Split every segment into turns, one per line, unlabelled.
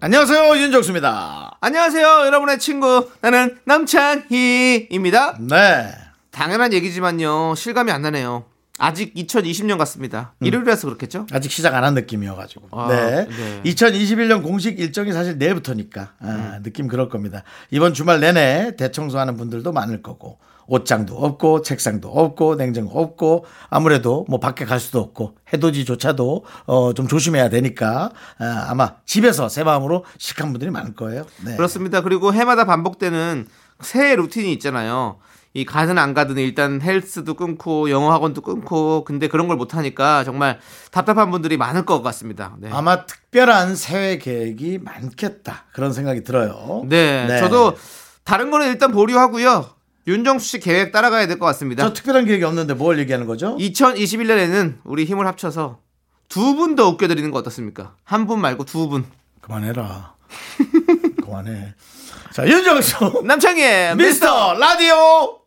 안녕하세요 윤정수입니다.
안녕하세요, 여러분의 친구. 나는 남창희입니다.
네.
당연한 얘기지만요, 실감이 안 나네요. 아직 2020년 같습니다.
음.
일요일이라서 그렇겠죠?
아직 시작 안 한 느낌이어가지고.
아,
네.
네.
2021년 공식 일정이 사실 내일부터니까 아, 느낌 그럴 겁니다. 이번 주말 내내 대청소하는 분들도 많을 거고 옷장도 없고 책상도 없고 냉장고 없고 아무래도 뭐 밖에 갈 수도 없고 해돋이조차도 어, 좀 조심해야 되니까 아, 아마 집에서 새 마음으로 식한 분들이 많을 거예요. 네.
그렇습니다. 그리고 해마다 반복되는 새해 루틴이 있잖아요. 이 가든 안 가든 일단 헬스도 끊고 영어 학원도 끊고 근데 그런 걸 못 하니까 정말 답답한 분들이 많을 것 같습니다. 네.
아마 특별한 새해 계획이 많겠다 그런 생각이 들어요.
네, 저도 다른 거는 일단 보류하고요. 윤정수 씨 계획 따라가야 될 것 같습니다.
저 특별한 계획이 없는데 뭘 얘기하는 거죠?
2021년에는 우리 힘을 합쳐서 두 분 더 웃겨드리는 거 어떻습니까? 한 분 말고 두 분.
그만해라. 그만해. 자, 윤정수.
남창희의
미스터 라디오.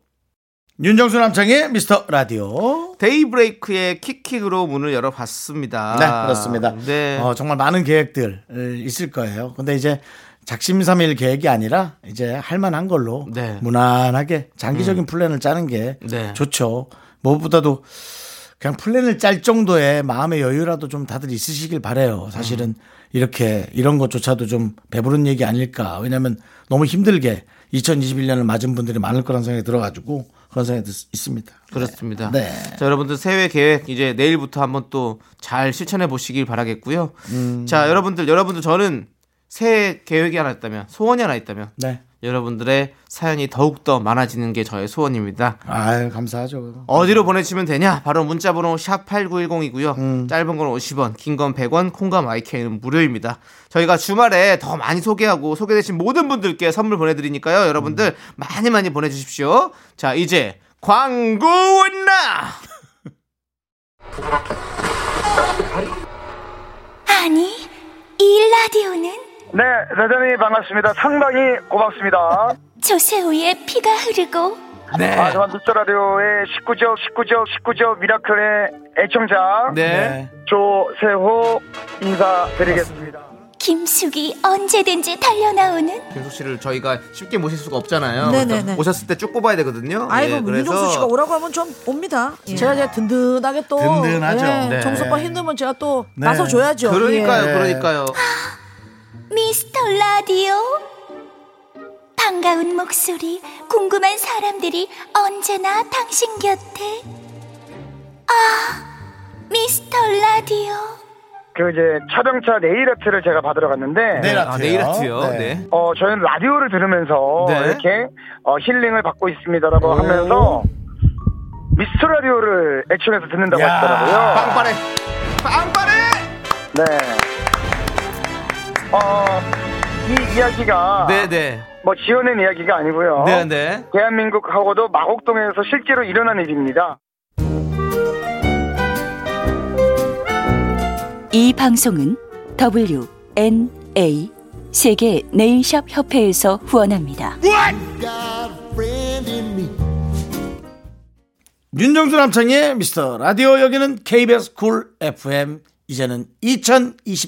윤정수 남창의 미스터 라디오.
데이브레이크의 킥킥으로 문을 열어봤습니다.
네, 그렇습니다.
아, 네.
어, 정말 많은 계획들 어, 있을 거예요. 근데 이제 작심삼일 계획이 아니라 이제 할만한 걸로
네. 음.
무난하게 장기적인 플랜을 짜는 게
네.
좋죠. 무엇보다도 그냥 플랜을 짤 정도의 마음의 여유라도 좀 다들 있으시길 바래요.
음.
사실은 이렇게 이런 것조차도 좀 배부른 얘기 아닐까. 왜냐하면 너무 힘들게 2021년을 맞은 분들이 많을 거란 생각이 들어가지고 그런 생각이 드- 있습니다.
그렇습니다.
네.
자, 여러분들 새해 계획 이제 내일부터 한번 또 잘 실천해 보시길 바라겠고요.
음.
자, 여러분들, 여러분들 저는 새해 계획이 하나 있다면, 소원이 하나 있다면,
네.
여러분들의 사연이 더욱더 많아지는 게 저의 소원입니다.
아유 감사하죠.
어디로 보내주시면 되냐? 바로 문자번호 샵 8910이고요. 짧은 건 50원, 긴 건 100원, 콩과 마이크는 무료입니다. 저희가 주말에 더 많이 소개하고 소개되신 모든 분들께 선물 보내드리니까요. 여러분들 많이 많이 보내주십시오. 자, 이제 광고 왔나?
아니, 이 라디오는
네, 대단히 반갑습니다. 상당히 고맙습니다.
조세호의 피가 흐르고
네.
아, 저는 미스터 라디오의 19적, 19적, 19적 미라클의 애청자
네.
조세호 인사드리겠습니다.
김숙이 언제든지 달려나오는
김숙 씨를 저희가 쉽게 모실 수가 없잖아요.
네네네.
그래서 오셨을 때 쭉 뽑아야 되거든요.
아이고 뭐
예,
윤정수 씨가 오라고 하면 좀 옵니다. 제가 이제 든든하게 또 예,
든든하죠.
네.
정수 오빠 힘들면 제가 또
네.
나서 줘야죠.
그러니까요,
예.
그러니까요.
미스터 라디오. 반가운 목소리, 궁금한 사람들이 언제나 당신 곁에. 아, 미스터 라디오.
그 이제 촬영차 네일아트를 제가 받으러 갔는데
내일 아트요.
아, 내일 아트요. 네.
어, 저는 라디오를 들으면서
네.
이렇게 어, 힐링을 받고 있습니다라고
오.
하면서 미스터 라디오를 애청해서 듣는다고
야.
하시더라고요.
빵빠레. 빵빠레!
네. 어, 이 이야기가
네네.
뭐 지어낸 이야기가 아니고요.
네네.
대한민국하고도 마곡동에서 실제로 일어난 일입니다.
이 방송은 WNA 세계 네일샵 협회에서 후원합니다.
윤정수 남창의 미스터 라디오 여기는 KBS 쿨 FM 이제는 2021년입니다.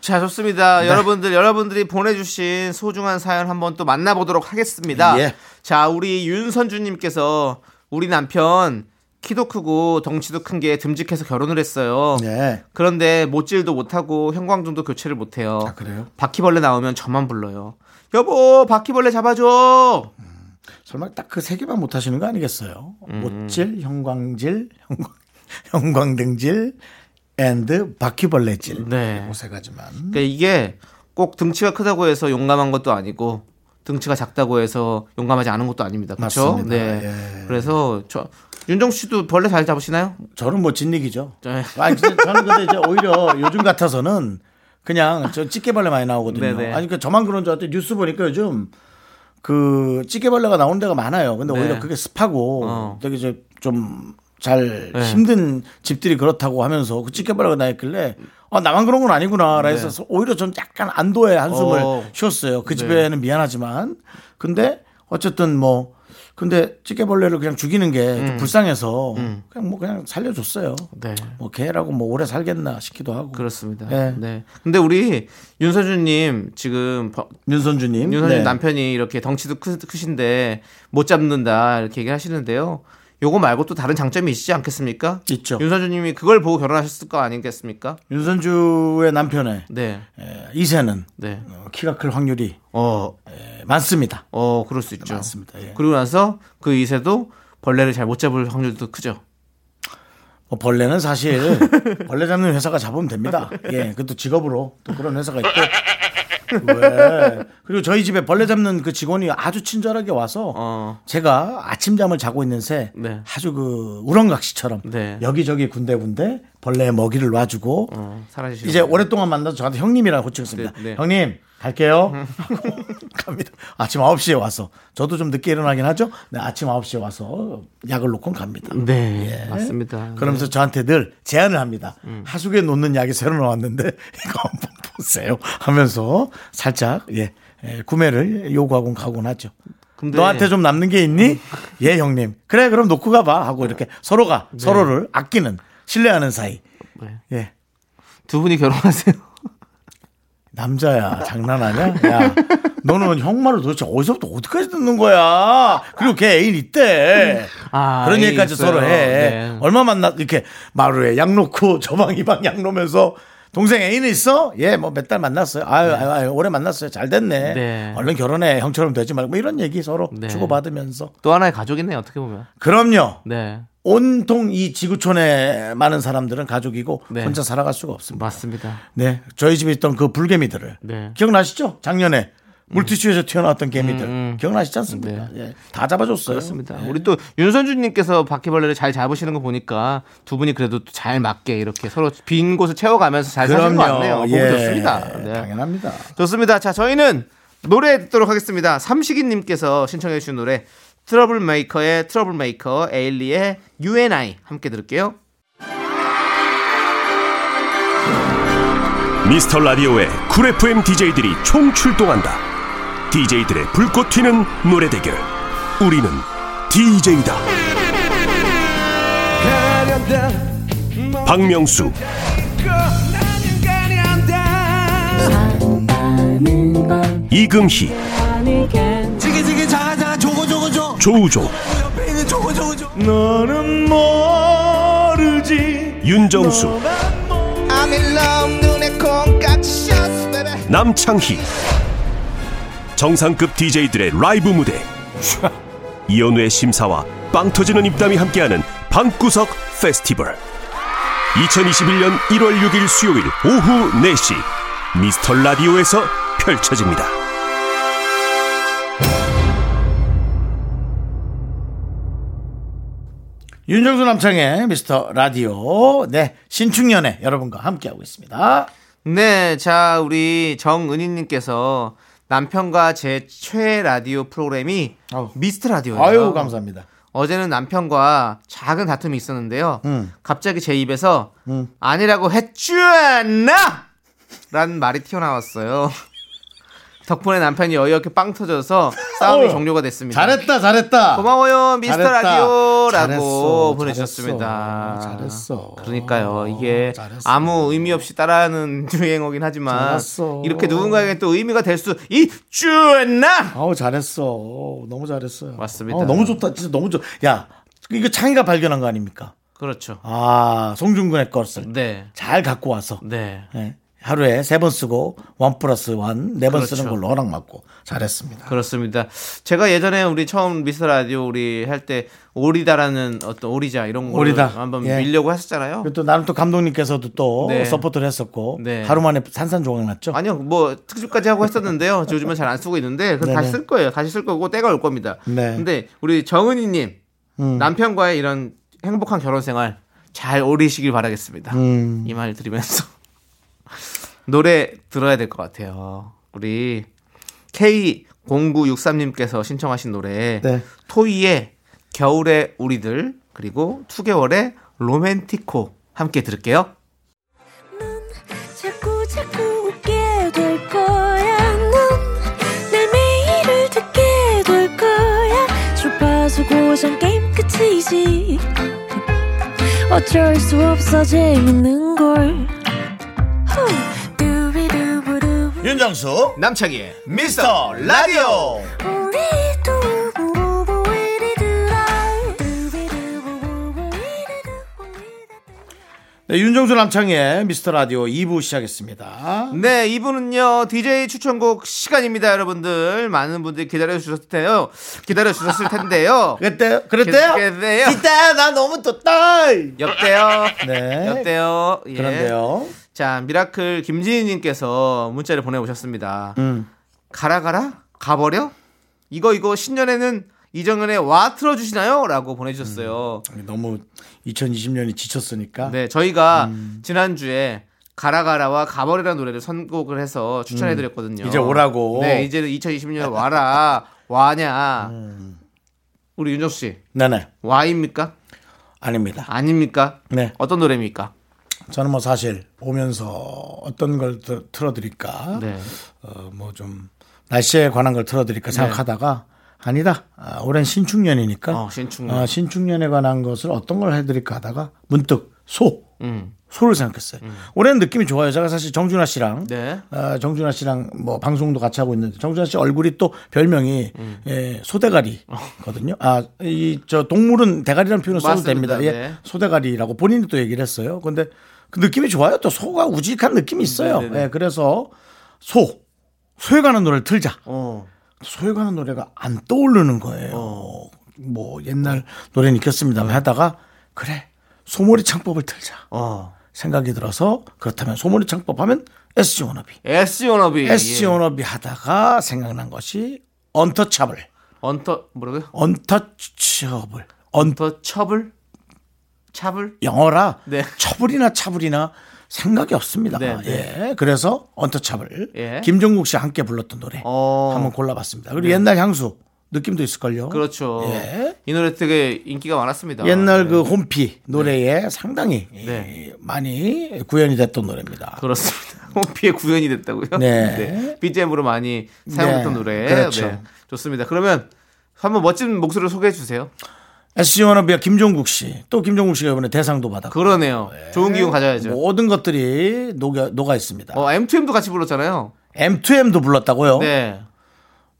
자 좋습니다
네.
여러분들 여러분들이 보내주신 소중한 사연 한번 또 만나보도록 하겠습니다
예.
자 우리 윤선주님께서 우리 남편 키도 크고 덩치도 큰 게 듬직해서 결혼을 했어요
네.
그런데 못질도 못하고 형광등도 교체를 못해요
아, 그래요?
바퀴벌레 나오면 저만 불러요 여보 바퀴벌레 잡아줘
설마 딱 그 세 개만 못 하시는 거 아니겠어요?
음.
못질, 형광질, 형광, 형광등질, 앤드 바퀴벌레질. 뭐
네.
요세 가지만.
그러니까 이게 꼭 등치가 크다고 해서 용감한 것도 아니고 등치가 작다고 해서 용감하지 않은 것도 아닙니다. 그렇죠?
맞습니다.
네.
예.
그래서 저 윤정수 씨도 벌레 잘 잡으시나요?
저는 뭐 진리기죠.
네.
아니, 진짜 저는 근데 이제 오히려 요즘 같아서는 그냥 저 찌개벌레 많이 나오거든요.
네네.
아니 그러니까 저만 그런 줄 알았더니 뉴스 보니까 요즘 그 찌개벌레가 나오는 데가 많아요. 근데
네.
오히려 그게 습하고
어.
되게 이제 좀잘
네.
힘든 집들이 그렇다고 하면서 그 찌개벌레가 나있길래 아 나만 그런 건 아니구나라 해서 오히려 전 약간 안도의 한숨을
네. 어.
쉬었어요. 그 집에는 미안하지만 근데 어쨌든 뭐 근데 찌개벌레를 그냥 죽이는 게좀
음.
불쌍해서 그냥 뭐 그냥 살려줬어요.
네.
뭐 개라고 뭐 오래 살겠나 싶기도 하고
그렇습니다.
네.
네. 근데 우리 윤서준님 지금 버-
윤선주님
윤선준
네.
남편이 이렇게 덩치도 크, 크신데 못 잡는다 이렇게 얘기하시는데요. 요거 말고 또 다른 장점이 있지 않겠습니까?
있죠.
윤서준님이 그걸 보고 결혼하셨을 거 아니겠습니까?
윤선주의 남편의
네,
에, 이세는
네.
어, 키가 클 확률이
어,
에, 많습니다.
어, 그럴 수 있죠.
많습니다. 예.
그리고 나서 그 이세도 벌레를 잘 못 잡을 확률도 크죠.
뭐 벌레는 사실 벌레 잡는 회사가 잡으면 됩니다. 예, 그것도 직업으로 또 그런 회사가 있고. 왜? 그리고 저희 집에 벌레 잡는 그 직원이 아주 친절하게 와서
어.
제가 아침잠을 자고 있는 새
네.
아주 그 우렁각시처럼
네.
여기저기 군데군데 벌레의 먹이를 놔주고
어, 사라지시는
이제
거예요.
오랫동안 만나서 저한테 형님이라고 호칭했습니다.
네, 네.
형님 갈게요. 하고 갑니다. 아침 9시에 와서 저도 좀 늦게 일어나긴 하죠. 네, 아침 9시에 와서 약을 놓고 갑니다.
네, 맞습니다.
그러면서 저한테 늘 제안을 합니다.
음.
하수구에 놓는 약이 새로 나왔는데 이거 한번 보세요. 하면서 살짝 예, 예, 구매를 요구하곤 가곤 하죠.
근데- 음.
너한테 좀 남는 게 있니? 예, 형님. 그래, 그럼 놓고 가봐. 하고 이렇게 서로가 서로를 아끼는 신뢰하는 사이.
네.
예.
두 분이 결혼하세요.
남자야 장난하냐? 야 너는 형말을 도대체 어디서부터 어디까지 듣는 거야? 그리고 걔 애인 있대.
아,
그런
애인
얘기까지
있어요.
서로 해.
네.
얼마 만나 이렇게 마루에 약 놓고 저방 이방 약 놓으면서 동생 애인 있어? 예, 뭐 몇 달 만났어요. 아유, 아유, 아유, 오래 만났어요. 잘 됐네.
네.
얼른 결혼해. 형처럼 되지 말고 뭐 이런 얘기 서로
네.
주고받으면서.
또 하나의 가족이네요, 어떻게 보면.
그럼요.
네,
온통 이 지구촌에 많은 사람들은 가족이고
네.
혼자 살아갈 수가 없습니다.
맞습니다.
네, 저희 집에 있던 그 불개미들을
네. 음.
기억나시죠? 작년에 물티슈에서 튀어나왔던 개미들 기억나시지 않습니까?
네.
예, 다 잡아줬어요.
그렇습니다. 우리 또 윤선주님께서 바퀴벌레를 잘 잡으시는 거 보니까 두 분이 그래도 또잘 맞게 이렇게 서로 빈 곳을 채워가면서 잘 사시는 것 같네요.
그럼요.
너무
예,
좋습니다. 네.
당연합니다.
좋습니다. 자, 저희는 노래 듣도록 하겠습니다. 삼식이님께서 신청해주신 노래 트러블 메이커의 트러블 메이커 에일리의 U&I 함께 들을게요.
미스터 라디오의 쿨 FM DJ들이 총 출동한다. DJ들의 불꽃 튀는 노래 대결. 우리는 DJ다. 박명수, 이금희, 조우종,
너는 모르지
윤정수, 남창희. 정상급 DJ들의 라이브 무대. 이연우의 심사와 빵 터지는 입담이 함께하는 방구석 페스티벌. 2021년 1월 6일 수요일 오후 4시 미스터 라디오에서 펼쳐집니다.
윤정수 남창의 미스터 라디오 네 신축년에 여러분과 함께하고 있습니다.
네, 자, 우리 정은희님께서 남편과 제 최애 라디오 프로그램이
아우.
미스트 라디오예요.
아유 감사합니다.
어제는 남편과 작은 다툼이 있었는데요.
음.
갑자기 제 입에서 아니라고 했쥬않나 라는 말이 튀어나왔어요. 덕분에 남편이 어이없게 빵 터져서 싸움이
어휴,
종료가 됐습니다.
잘했다 잘했다.
고마워요 미스터
잘했다. 잘했어,
라디오라고 보내셨습니다.
잘했어, 잘했어.
그러니까요 이게
잘했어.
아무 의미 없이 따라하는 유행어긴 하지만
잘했어.
이렇게 누군가에게 또 의미가 될 수 있주나
아우 잘했어. 어우, 너무 잘했어요.
맞습니다.
어우, 너무 좋다. 진짜 너무 좋. 야 이거 창희가 발견한 거 아닙니까?
그렇죠.
아 송중근의 것을
네,
잘 갖고 와서
네.
예. 하루에 세 번 쓰고 원 플러스 원 네 번
그렇죠.
쓰는 걸로 허락 맞고 잘했습니다.
그렇습니다. 제가 예전에 우리 처음 미스터 라디오 우리 할 때 오리다라는 어떤 오리자 이런 거
오리다.
한번
예.
밀려고 했었잖아요.
그리고 또 나름 또 감독님께서도 또
네.
서포트를 했었고
네.
하루 만에 산산조각 났죠.
아니요, 뭐 특집까지 하고 했었는데요. 저 요즘은 잘 안 쓰고 있는데 그거 다시
네네.
쓸 거예요. 다시 쓸 거고 때가 올 겁니다.
네. 음.
근데 우리 정은이님 남편과의 이런
음.
행복한 결혼 생활 잘 오리시길 바라겠습니다. 이 말 드리면서 노래 들어야 될 것 같아요. 우리 K0963님께서 신청하신 노래
네.
토이의 겨울의 우리들 그리고 2개월의 로맨티코 함께 들을게요.
자꾸 자꾸 웃게 될 거야. 넌내 매일을 듣게 될 거야. 주파수 고정 게임 끝이지. 어쩔 수 없어 재밌는 걸. 후. 두비두부두.
윤정수
남창희의
미스터 라디오
우리 두부부부 우리들아. 두비두부부부 우리들아.
네, 윤정수 남창의 미스터 라디오 2부 시작했습니다.
네, 이분은요, DJ 추천곡 시간입니다, 여러분들. 많은 분들이 기다려주셨을 텐데요. 기다려주셨을 텐데요.
그때 그랬대요?
그랬대요.
이따 나 너무 떴다.
역대요.
네.
역대요. 예.
그런데요.
자, 미라클 김진희님께서 문자를 보내오셨습니다.
음.
가라, 가라? 가버려? 이거, 이거 신년에는 이정현의 와 틀어주시나요? 라고 보내주셨어요.
너무 2020년이 지쳤으니까.
네, 저희가
음.
지난주에 가라가라와 가버리라는 노래를 선곡을 해서 추천해드렸거든요.
음, 이제 오라고.
네, 이제는 2020년 와라. 와냐.
음.
우리 윤정수 씨,
네네.
와입니까?
아닙니다.
아닙니까?
네.
어떤 노래입니까?
저는 뭐 사실 오면서 어떤 걸 들- 틀어드릴까,
네.
뭐 좀 날씨에 관한 걸 틀어드릴까 생각하다가 아니다. 아, 올해는 신축년이니까
어, 신축년.
아, 신축년에 관한 것을 어떤 걸 해드릴까 하다가 문득 소
음.
소를 생각했어요. 올해는 느낌이 좋아요. 제가 사실 정준하 씨랑
네.
아, 정준하 씨랑 뭐 방송도 같이 하고 있는데 정준하 씨 얼굴이 또 별명이
음.
예, 소대가리거든요. 아, 이 저 동물은 대가리라는 표현을 써도
맞습니다.
됩니다. 예,
네.
소대가리라고 본인이 또 얘기를 했어요. 근데 그 느낌이 좋아요. 또 소가 우직한 느낌이 있어요.
네네네.
예, 그래서 소 소에 관한 노래를 틀자.
어.
소에 관한 노래가 안 떠오르는 거예요. 뭐 옛날 노래는 있겠습니다만 하다가 그래 소머리 창법을 틀자
어.
생각이 들어서 그렇다면 소머리 창법 하면 SG 워너비
SG 워너비.
SG
예.
워너비 하다가 생각난 것이 언터처블
언터 뭐라고요?
언터처블 언
언터 처블? 차블?
영어라
네.
처블이나 차블이나 생각이 없습니다.
네,
예. 그래서 언터처블
예.
김종국 씨와 함께 불렀던 노래
어. 네.
한번 골라봤습니다. 그리고 옛날 향수 느낌도 있을걸요.
그렇죠.
예.
이 노래 되게 인기가 많았습니다.
옛날
네.
그 홈피 노래에 상당히
네.
이, 많이 구현이 됐던 노래입니다.
그렇습니다. 홈피의 구현이 됐다고요?
네.
BGM으로 많이 사용했던
네,
노래.
그렇죠.
네. 좋습니다. 그러면 한번 멋진 목소리를 소개해 주세요.
SG 워너비와 김종국 씨, 또 김종국 씨가 이번에 대상도 받았고
그러네요. 좋은 기운 가져야죠.
모든 것들이 녹아, 녹아 있습니다.
어, M2M도 같이 불렀잖아요.
M2M도 불렀다고요?
네.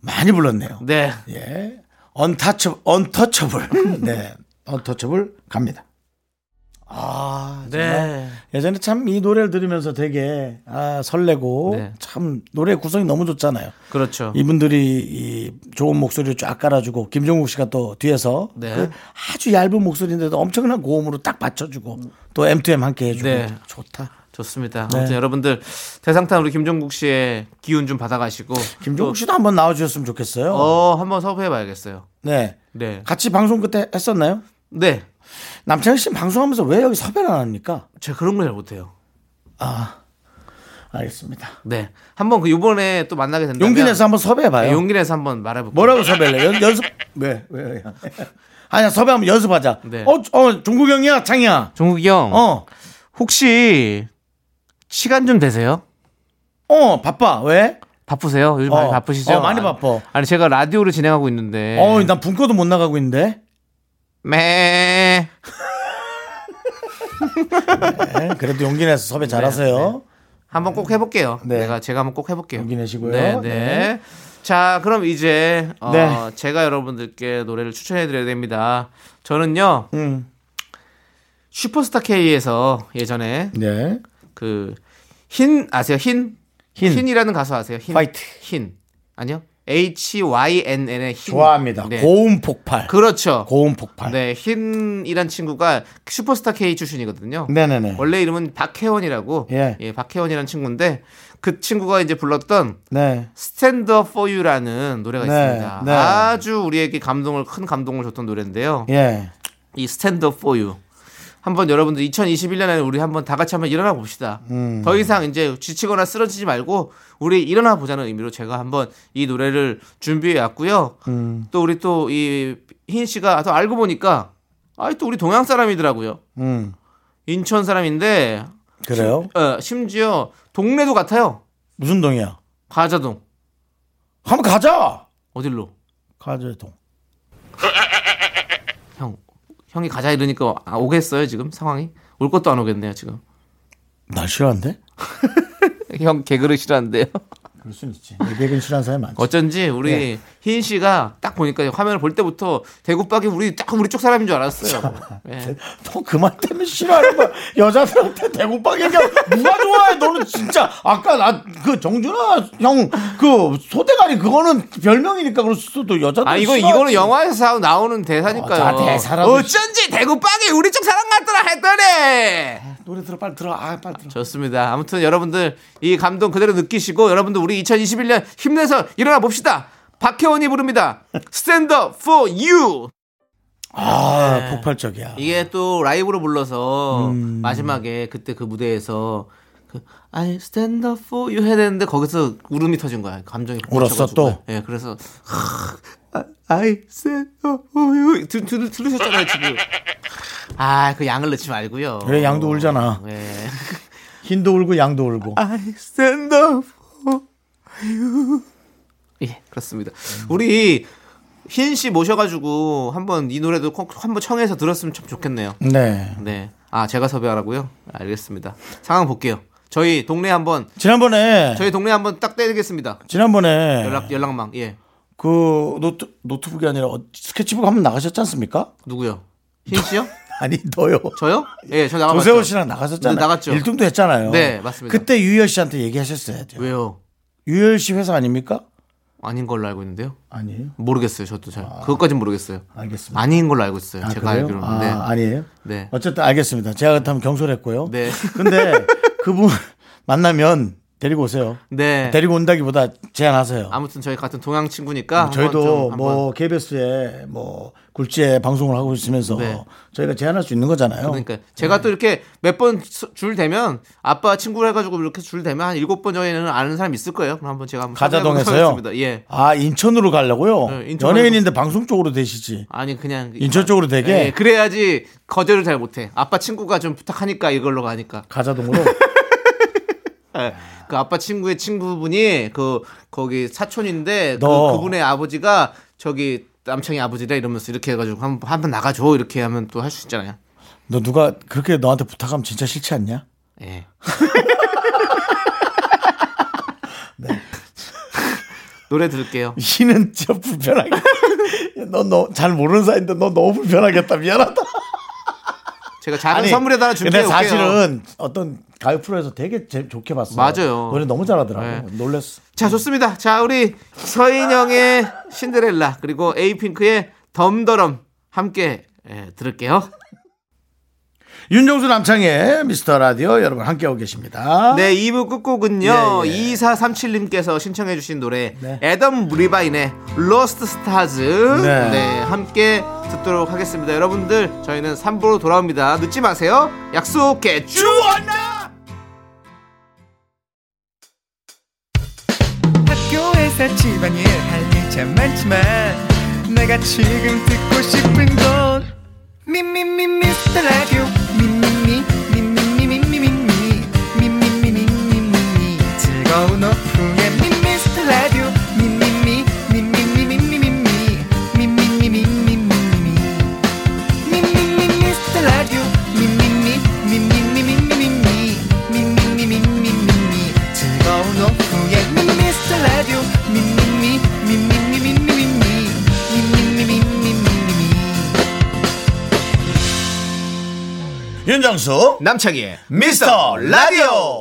많이 불렀네요.
네.
예. 언타처 언터처블. 네. 언터처블 갑니다. 아, 정말
네.
예전에 참 이 노래를 들으면서 되게 아, 설레고
네.
참 노래 구성이 너무 좋잖아요.
그렇죠.
이분들이 이 좋은 목소리를 쫙 깔아주고 김종국 씨가 또 뒤에서
네.
그 아주 얇은 목소리인데도 엄청난 고음으로 딱 받쳐주고 또 M2M 함께 해주고
네.
좋다.
좋습니다.
네.
아무튼 여러분들 대상탄 우리 김종국 씨의 기운 좀 받아가시고
김종국
또,
씨도 한번 나와주셨으면 좋겠어요.
어 한번 섭외해봐야겠어요.
네.
네.
같이 방송 그때 했었나요?
네.
남창희 씨 방송하면서 왜 여기 섭외를 안 합니까? 아,
제가 그런 걸 잘 못해요.
알겠습니다.
네. 한번 그 이번에 또 만나게 된다면
용기 내서 한번 섭외해봐요.
네, 용기 내서 한번 말해볼게요.
뭐라고 섭외할래? 연, 연습. 왜, 왜, 왜. 아니야, 섭외하면 연습하자.
네.
어, 어, 종국 형이야, 창이야.
종국이 형
어,
혹시 시간 좀 되세요?
어, 바빠. 왜?
바쁘세요? 요즘
어.
많이 바쁘시죠?
어, 많이 바빠.
아니 제가 라디오를 진행하고 있는데
어, 난 분코도 못 나가고 있는데.
매
네, 그래도 용기 내서 섭외 잘하세요.
한번 꼭 해볼게요.
네.
내가 제가 한번 꼭 해볼게요.
용기 내시고요.
네, 네.
네.
자, 그럼 이제 어,
네.
제가 여러분들께 노래를 추천해드려야 됩니다. 저는요
음.
슈퍼스타 K에서 예전에
네.
그 흰 아세요? 흰?
흰.
이라는 가수 아세요? 흰.
화이트.
흰. 아니요? H Y N N의 흰.
좋아합니다.
네.
고음 폭발.
그렇죠.
고음 폭발.
네, 흰이란 친구가 슈퍼스타 K 출신이거든요.
네네네.
원래 이름은 박혜원이라고.
예.
박혜원이라는 친구인데 그 친구가 이제 불렀던
네.
Stand Up For You라는 노래가
네,
있습니다.
네.
아주 우리에게 감동을 큰 감동을 줬던 노래인데요.
예.
이 Stand Up For You 한번 여러분들 2021년에는 우리 한번 다 같이 한번 일어나 봅시다.
음.
더 이상 이제 지치거나 쓰러지지 말고 우리 일어나 보자는 의미로 제가 한번 이 노래를 준비해 왔고요. 또 우리 또 이 희인 씨가 또 알고 보니까 아이 또 우리 동양 사람이더라고요.
음.
인천 사람인데
그래요?
어, 심지어 동네도 같아요.
무슨 동이야?
가자동
한번 가자.
어딜로?
가자 동.
형 형이 가자 이러니까 아, 오겠어요 지금 상황이 올 것도 안 오겠네요 지금
날 싫어한대?
형 개그를 싫어한대요
그럴 순 있지. 내백은 싫어하는 사람이 많지.
어쩐지 우리 희인 씨가 딱 보니까 화면을 볼 때부터 대구박이 우리 딱 우리 쪽 사람인 줄 알았어요 예.
네. 너그 말 때문에 싫어하는 거야. 여자들한테 대구빵 얘기하면 누가 좋아해? 너는 진짜 아까 나 그 정준하 형 그 소대가리 그거는 별명이니까 그럴 수도 여자들
아 이거 이거는 영화에서 나오는 대사니까요
어, 자, 대사라고.
어쩐지 대구박이 우리 쪽 사람 같더라 했더니
노래 들어 빨리 들어 아 빨리 들어
좋습니다. 아무튼 여러분들 이 감동 그대로 느끼시고 여러분들 우리 2021년 힘내서 일어나 봅시다. 박혜원이 부릅니다. Stand up for you.
아
네.
폭발적이야
이게 또 라이브로 불러서
음.
마지막에 그때 그 무대에서 그 I stand up for you 해야 되는데 거기서 울음이 터진 거야. 감정이
울었어,
꽂혀가지고.
또?
예, 그래서 아, I stand up for you 들, 들, 들으셨잖아요, 지금. 아, 그 양을 넣지 말고요.
그래 양도 울잖아
예.
흰도 울고 양도 울고
I stand up for you. 예, 그렇습니다. 우리 희은 씨 모셔가지고 한번 이 노래도 꼭 한번 청해서 들었으면 참 좋겠네요.
네
네. 아, 제가 섭외하라고요? 알겠습니다. 상황 볼게요. 저희 동네 한번,
지난번에
저희 동네 한번 딱 때리겠습니다.
지난번에
연락, 연락망. 예.
그 노트 노트북이 아니라 어- 스케치북 한번 나가셨지 않습니까?
누구요? 희은 씨요?
아니 너요
저요? 예, 저 나가봤죠.
조세호 씨랑 나가셨잖아요.
네, 나갔죠.
1등도 했잖아요.
네, 맞습니다.
그때 유열 씨한테 얘기하셨어야 돼요.
왜요?
유열 씨 회사 아닙니까?
아닌 걸로 알고 있는데요?
아니에요.
모르겠어요, 저도 잘. 그것까진 모르겠어요.
알겠습니다.
아닌 걸로 알고 있어요. 제가
아. 그래요?
알기로는. 네.
아, 아니에요.
네.
어쨌든 알겠습니다. 제가 그렇다면 경솔했고요.
네.
근데 그분 만나면 데리고 오세요.
네.
데리고 온다기보다 제안하세요.
아무튼 저희 같은 동양 친구니까
저희도
한번 좀 한번
뭐 KBS에 뭐 굴지에 방송을 하고 있으면서
네.
저희가 제안할 수 있는 거잖아요.
그러니까 제가 또 이렇게 몇 번 줄 대면 아빠 친구를 해가지고 이렇게 줄 대면 한 일곱 번 정도는 아는 사람 있을 거예요. 그럼 한번 제가 한번
가자동에서요.
섭외해보겠습니다. 예.
아 인천으로 가려고요.
네, 인천
연예인인데 방송 쪽으로 되시지.
아니 그냥
인천 쪽으로 되게?
예, 그래야지 거절을 잘 못해. 아빠 친구가 좀 부탁하니까 이걸로 가니까.
가자동으로.
예. 그 아빠 친구의 친구분이 그 거기 사촌인데 그,
너.
그분의 아버지가 저기 남창이 아버지라 이러면서 이렇게 해가지고 한번 한번 나가줘 이렇게 하면 또 할 수 있잖아요.
너 누가 그렇게 너한테 부탁하면 진짜 싫지 않냐?
예.
네.
노래 들을게요.
이는 진짜 불편하게. 너너잘 모르는 사이인데 너 너무 불편하겠다. 미안하다.
제가 작은 선물에 따라 준비해
근데
올게요.
사실은 어떤 가요 프로에서 되게 제- 좋게 봤어.
맞아요.
노래 너무 잘하더라고.
네.
놀랬어.
자 좋습니다. 자 우리 서인영의 신데렐라 그리고 에이핑크의 덤더럼 함께 예, 들을게요.
윤정수 남창의 미스터 라디오 여러분 함께하고 계십니다.
네 2부 끝곡은요
예, 예.
2437님께서 신청해 주신 노래
네.
애덤 리바인의 로스트 스타즈
네.
네 함께 듣도록 하겠습니다. 여러분들 저희는 3부로 돌아옵니다. 늦지 마세요. 약속해 주원아
학교에서 집안일 할 일 참 많지만 내가 지금 듣고 싶은 건 미미미 미스터 라디오 미미미 미미미 미미미 미미미 미미미 즐거운 오후에 미스터 라디오 미미미 미미미 미미미 미미미 미미미
윤정수
남창희의
미스터 라디오.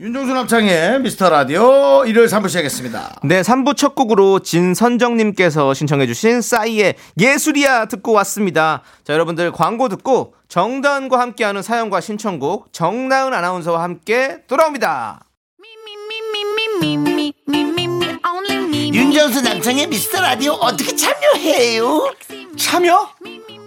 윤정수 남창의 미스터 라디오 일요일 3부 시작했습니다.
네, 3부 첫 곡으로 진선정님께서 신청해주신 싸이의 예술이야 듣고 왔습니다. 자, 여러분들 광고 듣고 정다은과 함께하는 사연과 신청곡 정다은 아나운서와 함께 돌아옵니다.
윤정수 남창의 미스터 라디오 어떻게 참여해요?
참여?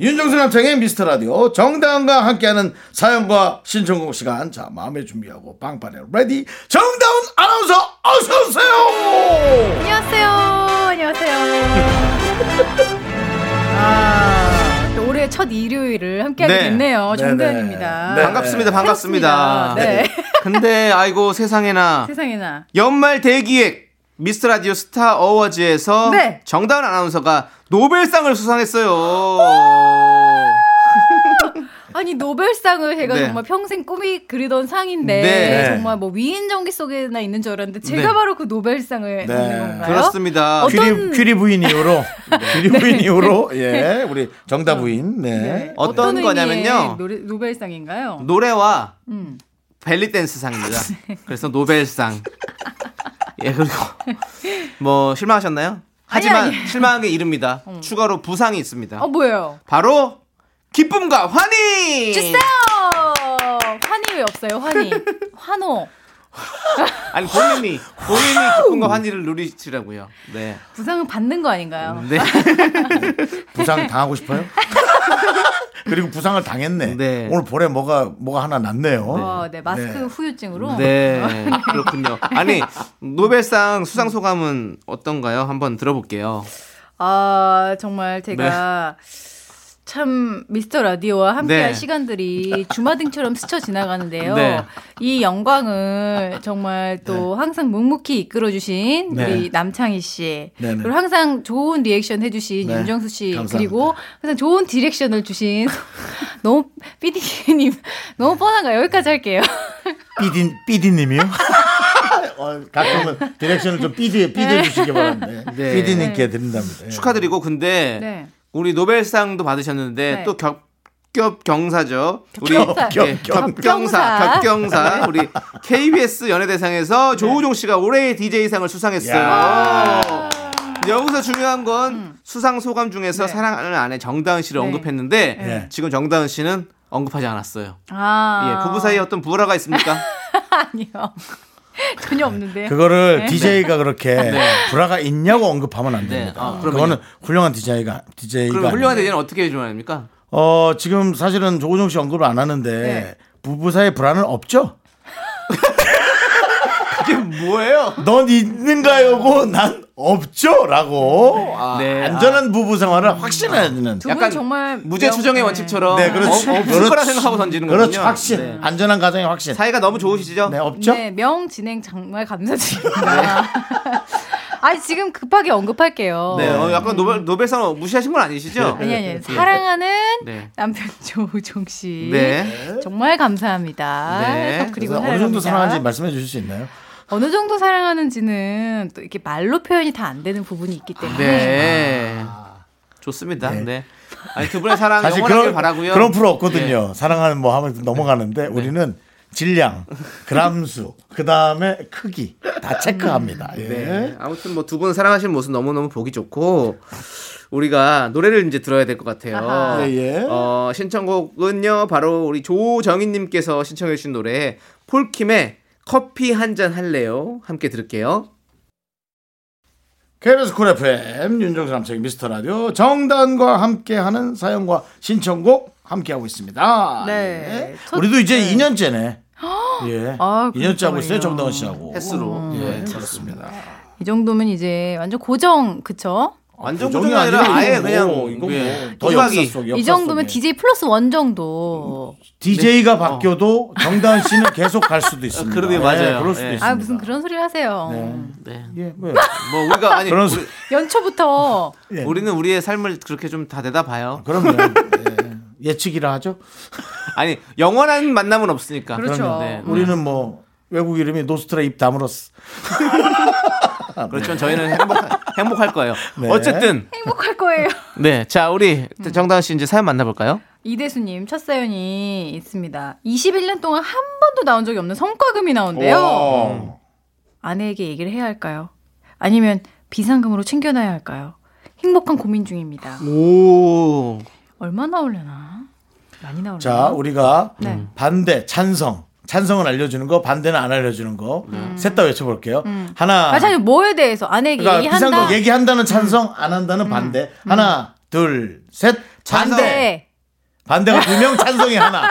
윤정수 남창의 미스터라디오 정다은과 함께하는 사연과 신청곡 시간 자 마음의 준비하고 빵판에 레디 정다은 아나운서 어서오세요
안녕하세요. 안녕하세요. 아, 또 올해 첫 일요일을 함께하게
네.
됐네요.
네네.
정다은입니다.
네.
반갑습니다. 반갑습니다.
네.
근데 아이고 세상에나
세상에나.
연말 대기획 미스터 라디오 스타 어워즈에서
네.
정다은 아나운서가 노벨상을 수상했어요.
아, 아니 노벨상을 제가
네.
정말 평생 꿈이 그리던 상인데
네.
정말 뭐 위인 전기 속에나 있는 줄 알았는데 제가
네.
바로 그 노벨상을 받는 건가요?
그렇습니다.
어떤-
귀리, 귀리 부인 이후로 귀리 부인 이후로 예 우리 정다 부인 네,
네.
어떤 거냐면요.
의미의 노래, 노벨상인가요?
노래와
음. 아, 네.
벨리 댄스상입니다. 그래서 노벨상. 예 그리고 뭐 실망하셨나요? 하지만
아니, 아니.
실망한 게 이릅니다. 추가로 부상이 있습니다.
어 뭐예요?
바로 기쁨과 환희.
주세요. 어, 환희 왜 없어요? 환희. 환호.
아니 본인이 본인이 기쁨과 환희를 누리시라고요. 네.
부상은 받는 거 아닌가요?
네.
부상 당하고 싶어요? 그리고 부상을 당했네
네.
오늘 볼에 뭐가 뭐가 하나 났네요
어, 네 마스크 후유증으로.
네. 그렇군요. 아니 노벨상 수상 소감은 어떤가요? 한번 들어볼게요.
네. 아 정말 제가
네.
참 미스터 라디오와 함께할
네.
시간들이 주마등처럼 스쳐 지나가는데요.
네.
이 영광을 정말 또 항상 묵묵히 이끌어주신
네.
우리 남창희 씨
네네.
그리고 항상 좋은 리액션 해주신
네.
윤정수 씨
감사합니다.
그리고 항상 좋은 디렉션을 주신 너무 피디님 너무 뻔한가 요 여기까지 할게요.
삐디 삐디님이요? 어, 가끔은 디렉션을 좀 삐디 삐디 주시기 바랍니다.
네.
삐디님께 드린답니다. 예.
축하드리고 근데
네.
우리 노벨상도 받으셨는데
네.
또 겹겹 경사죠.
겹경사.
예, 겹경사,
겹경사.
겹경사. 우리 KBS 연예대상에서
네.
조우종 씨가 올해의 DJ상을 수상했어요. 여기서 중요한 건 수상 소감 중에서
음. 네.
사랑하는 아내 정다은 씨를
네.
언급했는데
네.
지금 정다은 씨는 언급하지 않았어요.
아
예, 부부 사이에 어떤 불화가 있습니까?
아니요 전혀 없는데요.
그거를 DJ가 그렇게
네.
불화가 있냐고 언급하면 안
네.
됩니다.
아, 그럼요.
그거는 훌륭한 DJ가 DJ가
그럼 훌륭한 대제는 어떻게 해주면 됩니까?
어, 지금 사실은 조우종 씨 언급을 안 하는데
네.
부부 사이 불화는 없죠?
그게 뭐예요?
넌 있는가요고 난 없죠라고 아,
네.
안전한 부부 생활을 확신하는
두 분
약간
정말
무죄
명-
추정의
네.
원칙처럼
네, 그렇죠.
어, 없을 거라 생각하고 던지는 거군요.
그렇죠. 확신.
네.
안전한 가정의 확신.
사이가 너무 좋으시죠?
네, 없죠?
네, 명 진행 정말 감사드립니다.
네.
아니 지금 급하게 언급할게요.
네, 어, 약간 노벨, 노벨상 무시하신 건 아니시죠?
네.
아니 아니 사랑하는
네.
남편 조우종 씨
네.
정말 감사합니다.
네.
해서 그리고
그래서 어느 정도
사랑합니다.
사랑하는지 말씀해 주실 수 있나요?
어느 정도 사랑하는지는 또 이렇게 말로 표현이 다 안 되는 부분이
아,
있기 때문에
네. 좋습니다. 네. 아니, 두 분의 사랑
사실
영원하길
그런
바라고요 예. 네.
그런 프로 없거든요. 사랑하는 뭐 하면 넘어가는데 우리는 질량, 그람수, 그 다음에 크기 다 체크합니다. 예.
네. 아무튼 뭐 두 분 사랑하시는 모습 너무너무 보기 좋고 우리가 노래를 이제 들어야 될 것 같아요.
아하.
예, 예.
어, 신청곡은요. 바로 우리 조정인 님께서 신청해 주신 노래 폴킴의 커피 한 잔 할래요. 함께 들을게요.
KBS 쿨 FM 윤정수 남창의 미스터 라디오 정단과 함께하는 사연과 신청곡 함께하고 있습니다.
네.
예.
첫-
우리도 이제 2년째네. 예.
아,
2년째 하고 있어요
그러니까요.
정다은 씨하고.
횟수로.
예,
예.
그렇습니다.
이 정도면 이제 완전 고정 그쵸?
완전
고정이
고정이 아니라
아니라
아예
이건 뭐,
그냥
이건
예,
더
도박이.
역사 속, 역사
이 정도면
속에.
DJ 플러스 원 정도.
음, DJ가 바뀌어도 정다은 씨는 계속 갈 수도 있습니다.
그러네, 네. 맞아요.
예, 그럴 수도
예.
있습니다.
아 무슨 그런 소리 를 하세요.
네.
예, 뭐요?
뭐 우리가 아니
그런
우리,
소-
연초부터
예.
우리는 우리의 삶을 그렇게 좀 다 내다봐요.
그럼요. 예. 예측이라 하죠.
아니 영원한 만남은 없으니까.
그렇죠.
네.
우리는 뭐 외국 이름이 노스트라 입 다물었어.
그렇지만 저희는 행복할, 행복할 거예요.
아, 네.
어쨌든
행복할 거예요.
네, 자 우리 정다은 씨 이제 사연 만나볼까요?
이대수님 첫 사연이 있습니다. 21년 동안 한 번도 나온
네.
적이 없는 성과금이 나온대요. 아내에게 얘기를 해야 할까요? 아니면 비상금으로 챙겨놔야 할까요? 행복한 고민 중입니다.
오.
얼마 나올려나? 많이 나올려나?
자, 우리가
네.
반대, 찬성. 찬성은 알려주는 거, 반대는 안 알려주는 거.
음.
셋 다 외쳐볼게요. 하나.
아, 잠 뭐에 대해서 아내에게
그러니까
얘기한다. 음.
비상금 얘기한다는 찬성, 안 한다는 반대. 하나, 둘, 셋. 찬성.
반대.
반대가 두 명, 찬성이 하나.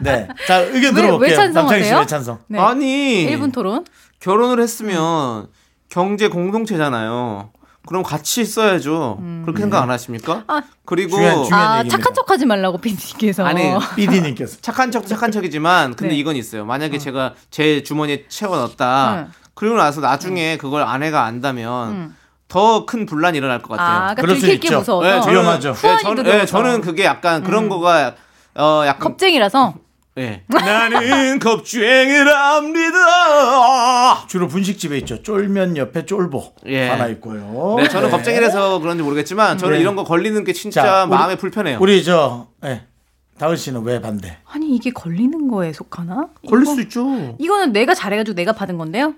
네. 자, 의견
왜- 왜
들어볼게요.
찬성하세요?
남창희 씨왜 찬성?
네.
아니.
1분 토론.
결혼을 했으면 경제 공동체잖아요. 그럼 같이 있어야죠. 그렇게 생각 안 하십니까?
음. 아.
그리고
중요한- 중요한-
아,
얘기입니다.
착한 척하지 말라고 PD님께서.
아니,
PD님께서.
착한 척 착한 척이지만 근데
어. 네.
이건 있어요. 만약에 제가 제 주머니에 채워 넣었다.
네.
그리고 나서 나중에 그걸 아내가 안다면 더 큰 분란이 일어날 것 같아요.
아,
그럴
그러니까
수
들킬 게
있죠. 네,
무서워서.
예, 저는-
위험하죠.
예,
후환이
저는,
두려워서. 음.
예, 저는 그게 약간 그런 거가 어 약간
겁쟁이라서.
예. 나는 겁주행을 합니다.
주로 분식집에 있죠. 쫄면 옆에 쫄보
예.
하나 있고요.
네, 저는
네.
겁쟁이라서 그런지 모르겠지만 저는 이런 거 걸리는 게 진짜
자, 우리-
마음에 불편해요.
우리 저 예. 다은 씨는 왜 반대?
아니, 이게 걸리는 거에 속하나?
걸릴
이거-
수 있죠.
이거는 내가 잘해가지고 내가 받은 건데요.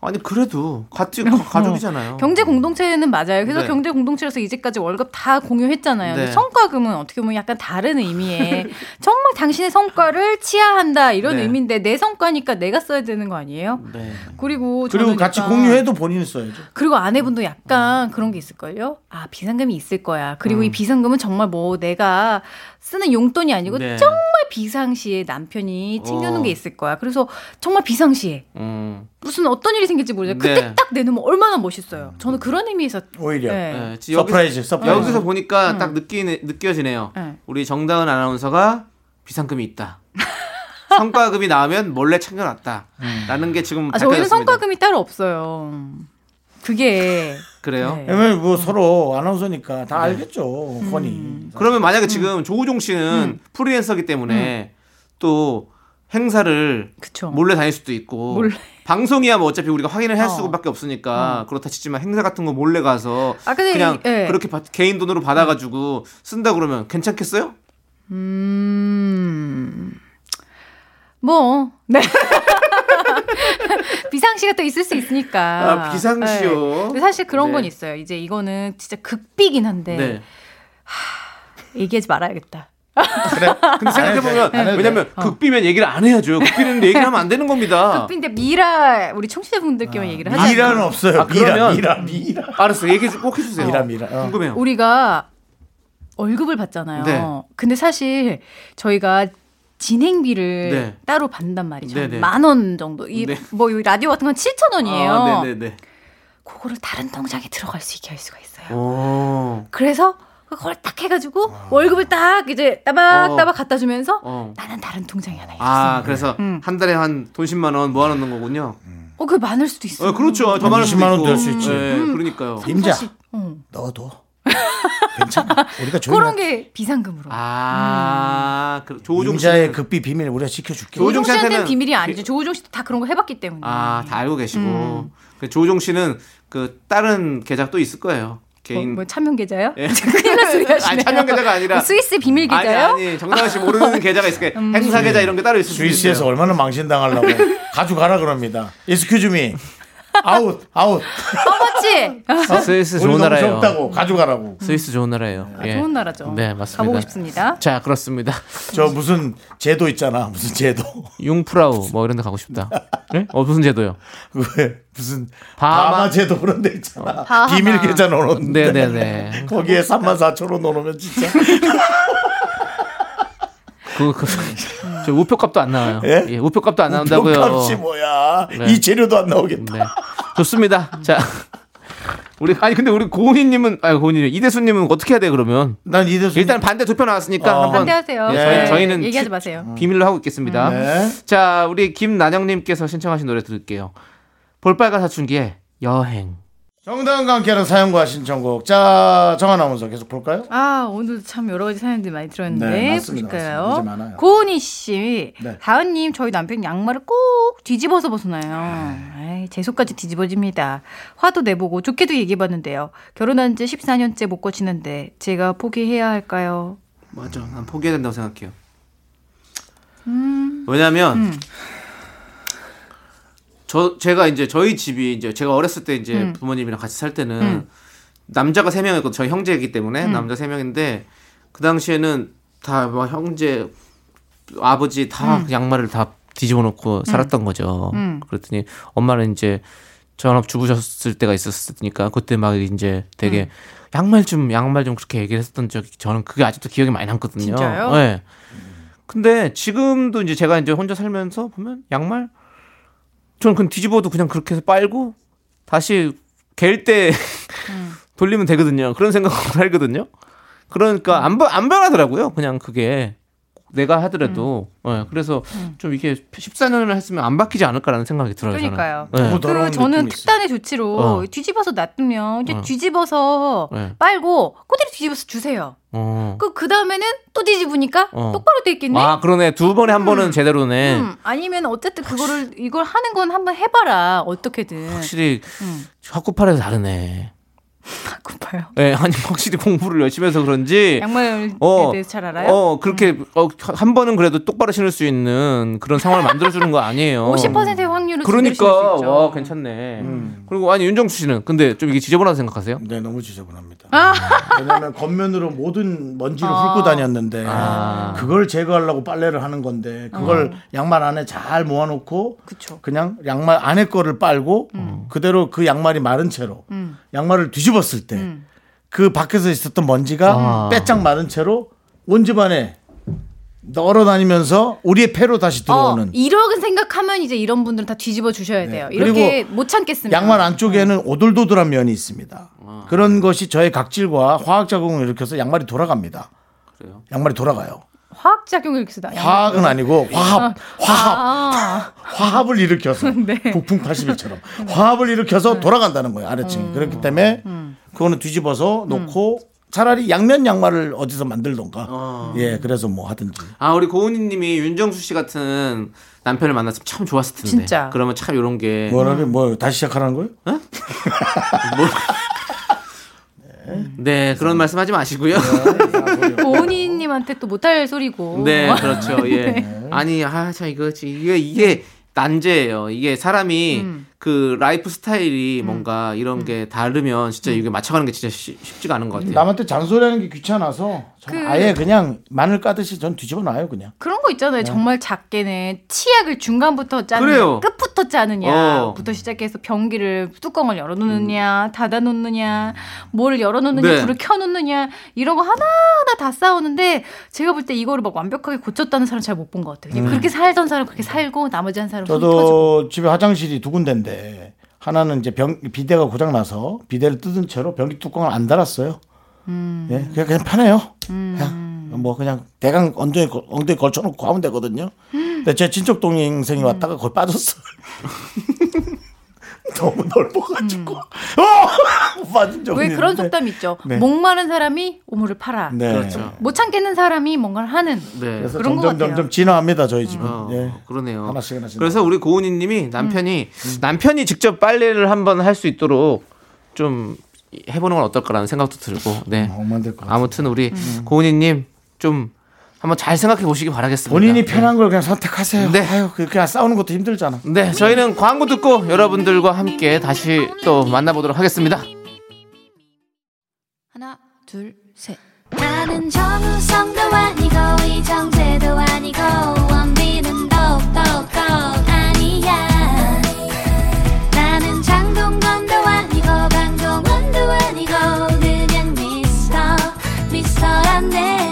아니 그래도 같이 가- 가족이잖아요.
경제 공동체는 맞아요. 그래서
네.
경제 공동체라서 이제까지 월급 다 공유했잖아요.
네.
근데 성과금은 어떻게 보면 약간 다른 의미의 정말 당신의 성과를 치하한다 이런
네.
의미인데 내 성과니까 내가 써야 되는 거 아니에요?
네.
그리고
그리고
어, 저는
같이
약간-
공유해도 본인이 써야죠.
그리고 아내분도 약간 그런 게 있을걸요? 아, 비상금이 있을 거야. 그리고
음.
이 비상금은 정말 뭐 내가 쓰는 용돈이 아니고
네.
정말 비상시에 남편이 챙겨놓은
어.
게 있을 거야. 그래서 정말 비상시에
음,
무슨 어떤 일이 생길지 모르죠.
네. 음.
그때 딱 내놓으면 얼마나 멋있어요. 저는 그런 의미에서.
오히려
네.
네. 지-
서프라이즈
여기서,
서프라이즈.
여기서 보니까 딱 느끼네, 느껴지네요.
네.
우리 정다은 아나운서가 비상금이 있다. 성과금이 나오면 몰래 챙겨놨다. 라는 게 지금
아, 저희는
밝혀졌습니다.
성과금이 따로 없어요. 그게.
그래요.
네.
왜냐면 뭐 서로 아나운서니까 다 알겠죠. 훤히.
네.
음.
그러면 만약에 지금 조우종 씨는 프리랜서기 때문에 또 행사를
그쵸.
몰래 다닐 수도 있고
몰래.
방송이야 뭐 어차피 우리가 확인을 할
어.
수밖에 없으니까 그렇다 치지만 행사 같은 거 몰래 가서
아, 근데
그냥
이- 예.
그렇게 받- 개인 돈으로 받아가지고 쓴다 그러면 괜찮겠어요?
음. 뭐. 네. 비상시가 또 있을 수 있으니까.
아, 비상시요?
네. 근데 사실 그런
네.
건 있어요. 이제 이거는 진짜 극비긴 한데 얘기하지 말아야겠다.
근데 생각해보면
안 해도 돼.
왜냐면 극비면 얘기를 안 해야죠. 극비는 얘기를 하면 안 되는 겁니다.
어. 극비인데 미라 우리 청취자분들께만 얘기를 하자.
미라는 없어요.
아,
미라
그러면-
미라 미라.
알았어. 얘기 좀 꼭 해주세요.
미라 미라. 어.
궁금해요.
우리가 월급을 받잖아요.
네.
근데 사실 저희가 진행비를
네.
따로 받는단 말이죠.
네, 네.
만 원 정도. 이,
네.
뭐이 라디오 같은 건 7천 원이에요.
아, 네네네.
그거를 다른 통장에 들어갈 수 있게 할 수가 있어요.
오.
그래서 그걸 딱 해가지고 월급을 딱 이제 따박따박 갖다 주면서
아. 어.
나는 다른 통장이 하나 있어.
아, 그래서
음.
한 달에 한 돈 10만 원 모아놓는 거군요.
어, 그게 많을 수도 있어.
어, 그렇죠. 더
음. 한
많을
20만
수도
원도
있고.
될수 있지. 음.
예,
음.
그러니까요.
임자
어.
너도 괜찮아. 우리가
그런
조용히.
게 비상금으로.
아, 그, 조우종
임자의
씨는
극비 비밀 우리가 지켜줄게.
조우종
조우종 씨한테는
씨한테는 그
비밀이 아니죠. 조우종 씨도 다 그런 거 해봤기 때문에.
아, 다 알고 계시고.
음.
그 조우종 씨는 그 다른 계좌 또 있을 거예요.
뭐,
개인
뭐 차명 계좌요? 큰일 날 소리 하시네요.
아니, 차명 계좌가 아니라-
뭐 스위스 비밀
아니
계좌요? 음.
아니 정다은 씨 모르는 계좌가 있을 거예요. 행사 계좌 이런 게 따로 있을 수 있어요.
스위스에서 얼마나 망신당하려고 가져가라 그럽니다. 에스큐즈미 아웃 아웃.
아 맞지?
스위스
우리 너무 적다고 가져가라고.
스위스 좋은 나라예요. 예.
좋은 나라죠.
네, 맞습니다.
가보고 싶습니다.
자 그렇습니다.
저 무슨 제도 있잖아. 무슨 제도.
융프라우 뭐 이런 데 가고 싶다. 예? 어 무슨 제도요?
왜 무슨
바하마? 어,
바마 제도 그런 데 있잖아.
바하마.
비밀 계좌 넣어놓는데.
네네네.
거기에 3만 4천 원 넣어놓으면 진짜.
그, 그, 저 우표값도 안 나와요.
예?
예? 우표값도 안 나온다고요.
값이 뭐야.
네.
이 재료도 안 나오겠다.
네. 좋습니다. 자. 우리 아니 근데 우리 고은희님은 아니 고은희님 이대수님은 어떻게 해야 돼 그러면
난 이대수.
음. 일단 반대 투표 나왔으니까
어.
한번
반대하세요.
예,
네.
저희, 저희는
얘기하지
추-
마세요. 음.
비밀로 하고 있겠습니다.
네.
자 우리 김난영님께서 신청하신 노래 들을게요. 볼빨간 사춘기의 여행.
정다은과 함께하는 사연과 신청곡. 자, 정한 아나운서 계속 볼까요?
아 오늘 참 여러 가지 사연들이 많이 들었는데
네, 맞습니다.
보실까요?
맞습니다. 이제 많아요.
고은희 씨,
네.
다은님 저희 남편 양말을 꼭 뒤집어서 벗어나요. 아이, 제 속까지 뒤집어집니다. 화도 내보고 좋게도 얘기해봤는데요. 결혼한 지 14년째 못 고치는데 제가 포기해야 할까요?
맞아. 난 포기해야 된다고 생각해요.
음.
왜냐면 저 제가 이제 저희 집이 이제 제가 어렸을 때 이제
음.
부모님이랑 같이 살 때는
음.
남자가 세 명이고 저희 형제이기 때문에
음.
남자 세 명인데 그 당시에는 다 막 형제 아버지 다그
음.
양말을 다 뒤집어 놓고 살았던 거죠.
음.
그랬더니 엄마는 이제 전업 주부셨을 때가 있었으니까 그때 막 이제 되게 양말 좀 양말 좀 그렇게 얘기를 했었던 적이 저는 그게 아직도 기억이 많이 남거든요.
진짜요?
네. 근데 지금도 이제 제가 이제 혼자 살면서 보면 양말 저는 그냥 뒤집어도 그냥 그렇게 해서 빨고 다시 갤 때 돌리면 되거든요. 그런 생각으로 살거든요. 그러니까 안, 변- 안 변하더라고요. 그냥 그게 내가 하더라도
음.
예, 그래서 좀 이게 14년을 했으면 안 바뀌지 않을까라는 생각이 들어요. 저는.
그러니까요.
예.
뭐
그 저는 특단의 조치로
어.
뒤집어서 놔두면 이제
어.
뒤집어서
네.
빨고 그대로 뒤집어서 주세요.
어.
그 그 다음에는 또 뒤집으니까
어.
똑바로 돼 있겠네.
아 그러네 두 번에 한 번은 제대로네.
음, 아니면 어쨌든 그거를 이걸 하는 건 한번 해봐라 어떻게든.
확실히
음.
학구팔에서 다르네.
학구팔요?
네, 아니 확실히 공부를 열심히 해서 그런지
양말에
어,
대해서 잘 알아요? 음.
어 그렇게 어, 한 번은 그래도 똑바로 신을 수 있는 그런 상황을 만들어주는 거 아니에요.
50%의 확률로
그러니까
지들으실 수 있죠. 어,
와 괜찮네. 그리고 아니 윤정수 씨는 근데 좀 이게 지저분하다 생각하세요? 아!
네, 너무 지저분합니다. 음. 왜냐면 겉면으로 모든 먼지를 훑고 다녔는데
아. 음.
그걸 제거하려고 빨래를 하는 건데 그걸 양말 안에 잘 모아놓고
그쵸.
그냥 양말 안에 거를 빨고
음.
그대로 그 양말이 마른 채로
음.
양말을 뒤집었을 때 그
음.
밖에서 있었던 먼지가
아.
빼짝 마른 채로 온 집안에 널어 다니면서 우리의 폐로 다시 들어오는
어, 이런 생각하면 이제 이런 분들은 다 뒤집어 주셔야
네.
돼요. 이렇게
그리고
못 참겠으면
양말
네.
안쪽에는 오돌도돌한 면이 있습니다. 그런 것이 저의 각질과 화학 작용을 일으켜서 양말이 돌아갑니다.
그래요?
양말이 돌아가요.
화학 작용을 이렇게 쓰다.
화학은 아니고 화합, 화합,
아,
화합을 일으켜서
네.
북풍 81처럼 화합을 일으켜서 돌아간다는 거예요. 아래층.
음.
이 그렇기 때문에 그거는 뒤집어서 놓고 차라리 양면 양말을 어디서 만들던가. 예, 그래서 뭐 하든지.
아 우리 고은희님이 윤정수 씨 같은 남편을 만났으면 참 좋았을 텐데.
진짜.
그러면 참 이런 게
뭐라니 뭐 다시 시작하라는 거예요?
네 그런 말씀하지 마시고요.
네, 고은이님한테 또 못할 소리고.
네, 그렇죠. 예. 아니, 아, 참, 이거, 지- 이게, 이게 난제예요. 이게 사람이
음.
그 라이프 스타일이 뭔가 이런 게 다르면 진짜
음.
이게 맞춰가는 게 진짜 쉬- 쉽지가 않은 것 같아요.
남한테 잔소리하는 게 귀찮아서 전
그-
아예 그냥 마늘 까듯이 전 뒤집어 놔요 그냥.
그런 거
네.
있잖아요. 정말 작게는 치약을 중간부터 짜느냐,
그래요.
끝부터 짜느냐,
어.
부터 시작해서 변기를 뚜껑을 열어놓느냐,
음.
닫아놓느냐, 뭐를 열어놓느냐,
네.
불을 켜놓느냐 이런 거 하나하나 다 싸우는데 제가 볼 때 이거를 막 완벽하게 고쳤다는 사람 잘 못 본 것 같아요. 그냥 그렇게 살던 사람 그렇게 살고 나머지 한 사람 터지고.
음. 저도 집에 화장실이 두 군데인데 하나는 이제 병 비데가 고장 나서 비데를 뜯은 채로 변기 뚜껑을 안 달았어요.
음.
예, 그냥, 그냥 편해요. 그냥 뭐 그냥 대강 엉덩이 걸- 엉덩이 걸쳐놓고 하면 되거든요.
음.
근데 제 친척 동생이 왔다가 거의 빠졌어요. 너무 넓어가지고 어! 빠진 적이
음. 왜 그런
있는데.
속담 있죠?
네.
목마른 사람이 오물을 팔아.
네.
그렇죠.
못 참겠는 사람이 뭔가를 하는.
네.
그래서
그런 것
점점
같아요.
점점 진화합니다 저희 집은.
어,
예.
그러네요.
하나씩 음. 하나씩
그래서 우리 고은이님이 남편이 남편이 직접 빨래를 한번 할 수 있도록 좀 해보는 건 어떨까라는 생각도 들고, 네.
어, 만들 것 음. 같아요.
아무튼 우리 고은이님 좀 한번 잘 생각해 보시기 바라겠습니다.
본인이
네.
편한 걸 그냥 선택하세요.
네.
아유, 그- 그냥 싸우는 것도 힘들잖아.
네, 저희는 광고 듣고 여러분들과 함께 다시 또 만나보도록 하겠습니다.
하나, 둘, 셋.
나는 정우성도 아니고 이정재도 아니고 원빈은 더욱더 아니야 나는 장동건도 아니고 강동원도 아니고 그냥 미스터 미스터란데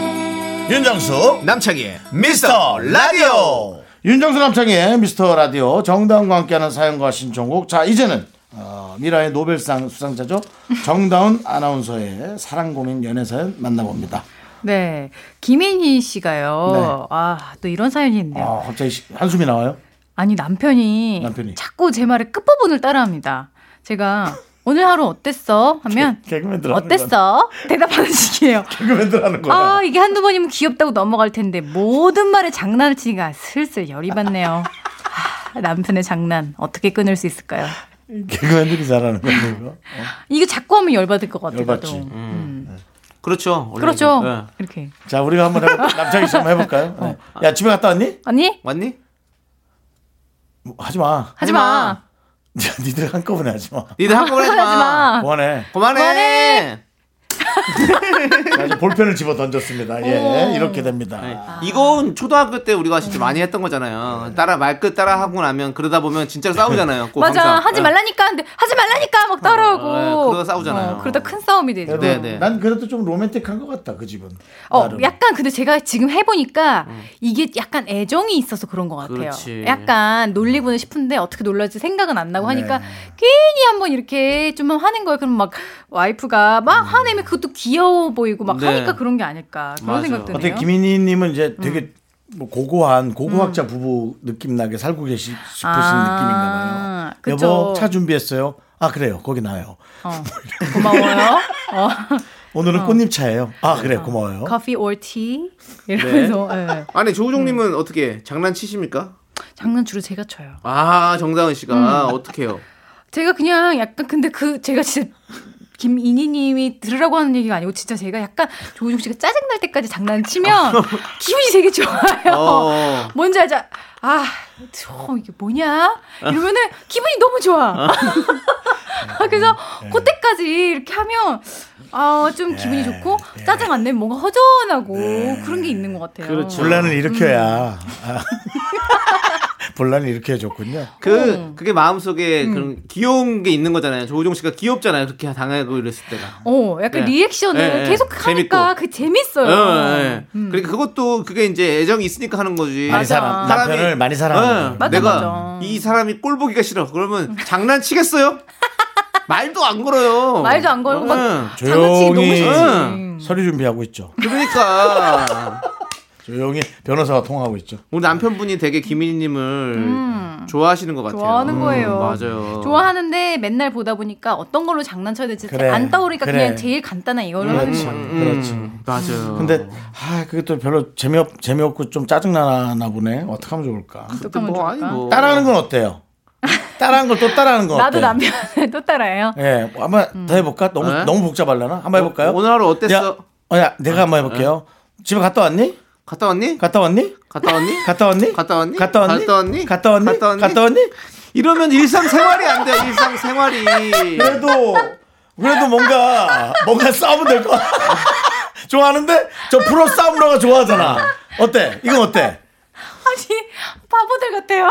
윤정수 남창희의 미스터 라디오 윤정수 남창희의 미스터 라디오 정다운과 함께하는 사연과 신청곡 자 이제는 어, 미라의 노벨상 수상자죠 정다운 아나운서의 사랑 고민 연애 사연 만나봅니다
네. 김인희 씨가요.
네.
아, 또 이런 사연이 있네요.
아 갑자기 시- 한숨이 나와요
아니 남편이,
남편이.
자꾸 제 말의 끝부분을 따라합니다. 제가 오늘 하루 어땠어? 하면
개그맨들 하는
어땠어? 대답하는 식이에요.
개그맨들 하는 거야
아 이게 한두 번이면 귀엽다고 넘어갈 텐데 모든 말에 장난을 치니까 슬슬 열이 받네요. 아, 남편의 장난 어떻게 끊을 수 있을까요?
개그맨들이 잘하는 건데 이거
이거 자꾸 하면 열받을 것 같아요.
열받지. 음.
나도.
그렇죠. 원래
그렇죠.
음. 네.
이렇게
자 우리가 한번 해볼까 남창희 씨 한번 해볼까요
어.
네. 야 집에 갔다 왔니
아니
왔니?
뭐, 하지 마
하지 마.
니들 한꺼번에 하지 마.
니들 한꺼번에 하지
아.
마.
원해.
그만해.
아주 볼펜을 집어 던졌습니다. 예, 이렇게 됩니다.
아.
이건 초등학교 때 우리가 진짜 많이 했던 거잖아요. 따라 말끝 따라 하고 나면 그러다 보면 진짜 싸우잖아요. 꼭
맞아
항상.
네.
네.
하지 말라니까 근데 하지 말라니까 막 따라오고
예, 그러다 싸우잖아요.
어, 그러다 큰 싸움이 되죠.
그래도 난 그래도 좀 로맨틱한 것 같다 그 집은.
어,
나름. 음.
약간 근데 제가 지금 해보니까 이게 약간 애정이 있어서 그런 것 같아요.
그렇지. 음.
약간 놀리고는 싶은데 어떻게 놀랄지 생각은 안 나고 하니까
네.
괜히 한번 이렇게 좀 하는 거예요. 그럼 막 와이프가 막 화내면 그것도 귀여워 보이고 막
음. 네.
하니까 그런 게 아닐까 그런 생각 드네요. 음.
어떻게 김인희님은 이제 되게 뭐 고고한 고고학자 부부 느낌 나게 살고 계시 싶으신
아,
느낌인가 봐요.
그쵸.
여보 차 준비했어요. 아 그래요 거기 나요.
어. 고마워요. 어.
오늘은
어.
꽃잎 차예요. 아 그래 고마워요.
커피 or tea 이러면서
네.
예.
아니 조우종님은 어떻게 장난치십니까?
장난주로 제가 쳐요.
아 정다은
음.
씨가 어떻게 해요?
제가 그냥 약간 근데 그 제가 진짜 김인희님이 들으라고 하는 얘기가 아니고 진짜 제가 약간 조우종 씨가 짜증 날 때까지 장난치면 기분이 되게 좋아요.
어.
뭔지 알죠? 아, 저 이게 뭐냐? 이러면은 기분이 너무
어.
좋아. 그래서
네.
그때까지 이렇게 하면 아, 좀 기분이 좋고
네.
짜증 안 내면 뭔가 허전하고 그런 게 있는 것 같아요.
그렇죠.
분란을
음.
일으켜야 아. 분란을 일으켜줬군요.
그 그게 마음 속에 그런 귀여운 게 있는 거잖아요. 조우종 씨가 귀엽잖아요. 그렇게 당하고 이랬을 때가.
어, 약간
네.
리액션을
네, 네.
계속 하니까 그 재밌어요. 음.
예, 예. 그러니까 그것도 그게 이제 애정이 있으니까 하는 거지.
많이 사랑-
사람이- 어.
남편을 많이 사랑하는 거예요. 맞아,
내가
맞아.
이 사람이 꼴 보기가 싫어. 그러면 장난치겠어요? 말도 안 걸어요.
말도 안 걸고 막
조용히
음.
응.
서류 준비하고 있죠.
그러니까
조용히 변호사와 통하고 있죠.
우리 남편분이 되게 김인희님을
음.
좋아하시는 것 같아요.
좋아하는
음,
거예요.
맞아요.
좋아하는데 맨날 보다 보니까 어떤 걸로 장난쳐야 될지
어. 그래,
안 떠오르니까
그래. 음.
그냥 제일 간단한 이걸로 하는 거 같아요.
그렇지.
음, 맞아요.
그렇죠.
어.
근데 아 그게 또 별로 재미없 재미없고 좀 짜증 나나 보네. 어떻게 하면 좋을까?
어떻게
뭐
하면 좋을까?
따라하는 건 어때요? 따라하는 걸 또 따라하는 건
뭐. 나도
어때요?
남편을 또 따라해요.
예, 한번 더 해볼까? 너무
네?
너무 복잡하려나? 한번 해볼까요?
오늘 하루 어땠어?
야, 어, 야 내가 한번 해볼게요. 집에 갔다 왔니?
갔다 왔니?
갔다 왔니?
갔다 왔니?
갔다 왔니?
갔다 왔니?
갔다 왔니?
갔다 왔니?
갔다 왔니?
갔다 왔니?
갔다 왔니?
이러면 일상생활이 안 돼요. 일상생활이.
그래도 그래도 뭔가 뭔가 싸우면 될 거. 좋아하는데 저 프로 싸움러가 좋아하잖아. 어때? 이건 어때?
아니 바보들
어.
같아요.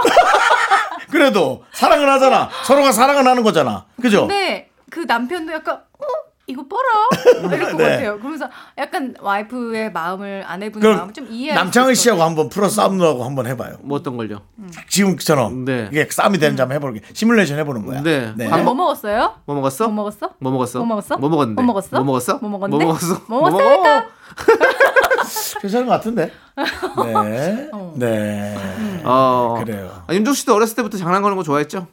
그래도 사랑을 하잖아. 서로가 사랑을 하는 거잖아. 그죠?
근데 그 남편도 약간 어 이거 봐라 이럴 것
네.
같아요. 그러면서 약간 와이프의 마음을 아내분의
그럼
마음 좀 이해할
남창희
수 있을
씨하고 한번 프로 싸움러하고 한번 해봐요.
뭐 어떤 걸요?
지금처럼 이게 싸움이 되는지 한번 해보는 게 시뮬레이션 해보는 거야.
네.
것 같아요. 오늘 뭐 먹었어요?
뭐 먹었어?
뭐 먹었어?
음.
뭐 먹었어?
뭐 먹었어?
뭐 먹었는데?
뭐 먹었어?
뭐 먹었어?
뭐
뭐
먹었는데?
먹었어?
뭐
뭐 먹어?
먹었을까?
괜찮은 것 같은데. 네. 네.
어.
그래요.
아, 윤종 씨도 어렸을 때부터 장난 거는 거 좋아했죠?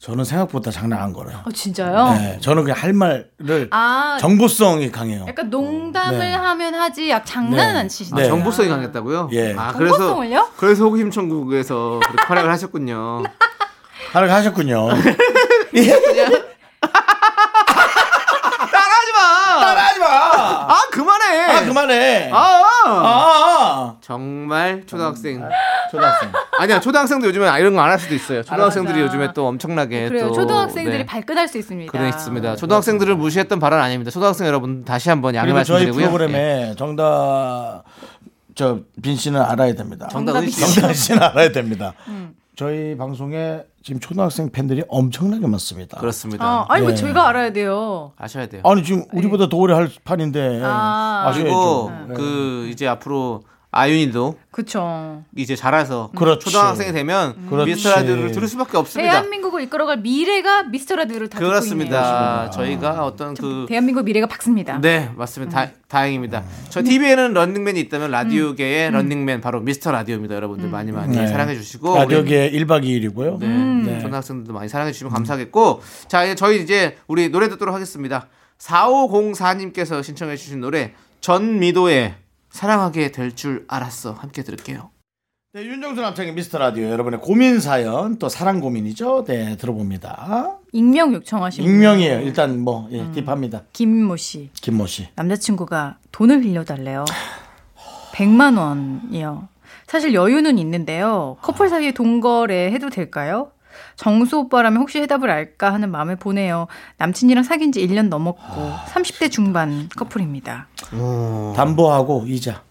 저는 생각보다 장난 안 걸어요.
어, 진짜요?
네. 저는 그냥 할 말을
아
정보성이 강해요.
약간 농담을
네.
하면 하지 약 장난은 안 치시죠.
아, 정보성이 강했다고요?
예.
아, 그래서
정보성을요?
그래서 호기심 천국에서 그렇게 활약을 하셨군요.
하라고 하셨군요.
따라하지 마.
따라하지 마.
아, 그만해.
아 그만해.
아,
아.
정말 초등학생.
초등학생.
아니야, 초등학생도 요즘에 이런 거 안 할 수도 있어요. 초등학생들이 요즘에 또 엄청나게
그래요.
또
초등학생들이
네.
발끈할 수 있습니다. 네.
그렇습니다. 초등학생들을 무시했던 발언 아닙니다. 초등학생 여러분 다시 한번 양해
그리고 저희
말씀드리고요. 예.
프로그램에 정답 저 빈 씨는 알아야 됩니다.
정다은 씨.
정다은 씨는 알아야 됩니다.
음.
저희 방송에 지금 초등학생 팬들이 엄청나게 많습니다.
그렇습니다.
아, 아니 왜
네.
저희가 알아야 돼요.
아셔야 돼요.
아니 지금 우리보다 더 오래 할 판인데
네. 아.
아, 셔야죠
그리고
네.
그 이제 앞으로 아윤이도
그쵸.
이제 자라서
음. 그렇지. 음.
초등학생이 되면
그렇지.
미스터 라디오를 들을 수밖에 없습니다.
대한민국을 이끌어갈 미래가 미스터 라디오를 다
그렇습니다.
아.
저희가 어떤 그
듣고 있네요. 대한민국 미래가 밝습니다.
네, 맞습니다.
음.
다, 행입니다저
음.
TV에는 런닝맨이 있다면 라디오계의
음.
런닝맨 바로 미스터 라디오입니다. 여러분들 많이 많이
네.
사랑해 주시고
가격에 1박 2일이고요.
네,
음.
초등학생들도 많이 사랑해 주시면 감사하겠고 자, 이제 저희 이제 우리 노래 듣도록 하겠습니다. 4504님께서 신청해 주신 노래 전미도의 사랑하게 될 줄 알았어 함께 들을게요.
네, 윤정수 남창의 미스터 라디오 여러분의 고민 사연 또 사랑 고민이죠. 네, 들어봅니다.
익명 요청하신 분.
익명이에요. 일단 뭐
음.
예, 딥합니다.
김모 씨.
김모 씨.
남자친구가 돈을 빌려달래요. 100만 원이요. 사실 여유는 있는데요. 커플 사이에 동거래 해도 될까요? 정수 오빠라면 혹시 해답을 알까 하는 마음에 보내요. 남친이랑 사귄 지 1년 넘었고
아,
30대 중반 커플입니다.
담보하고 이자.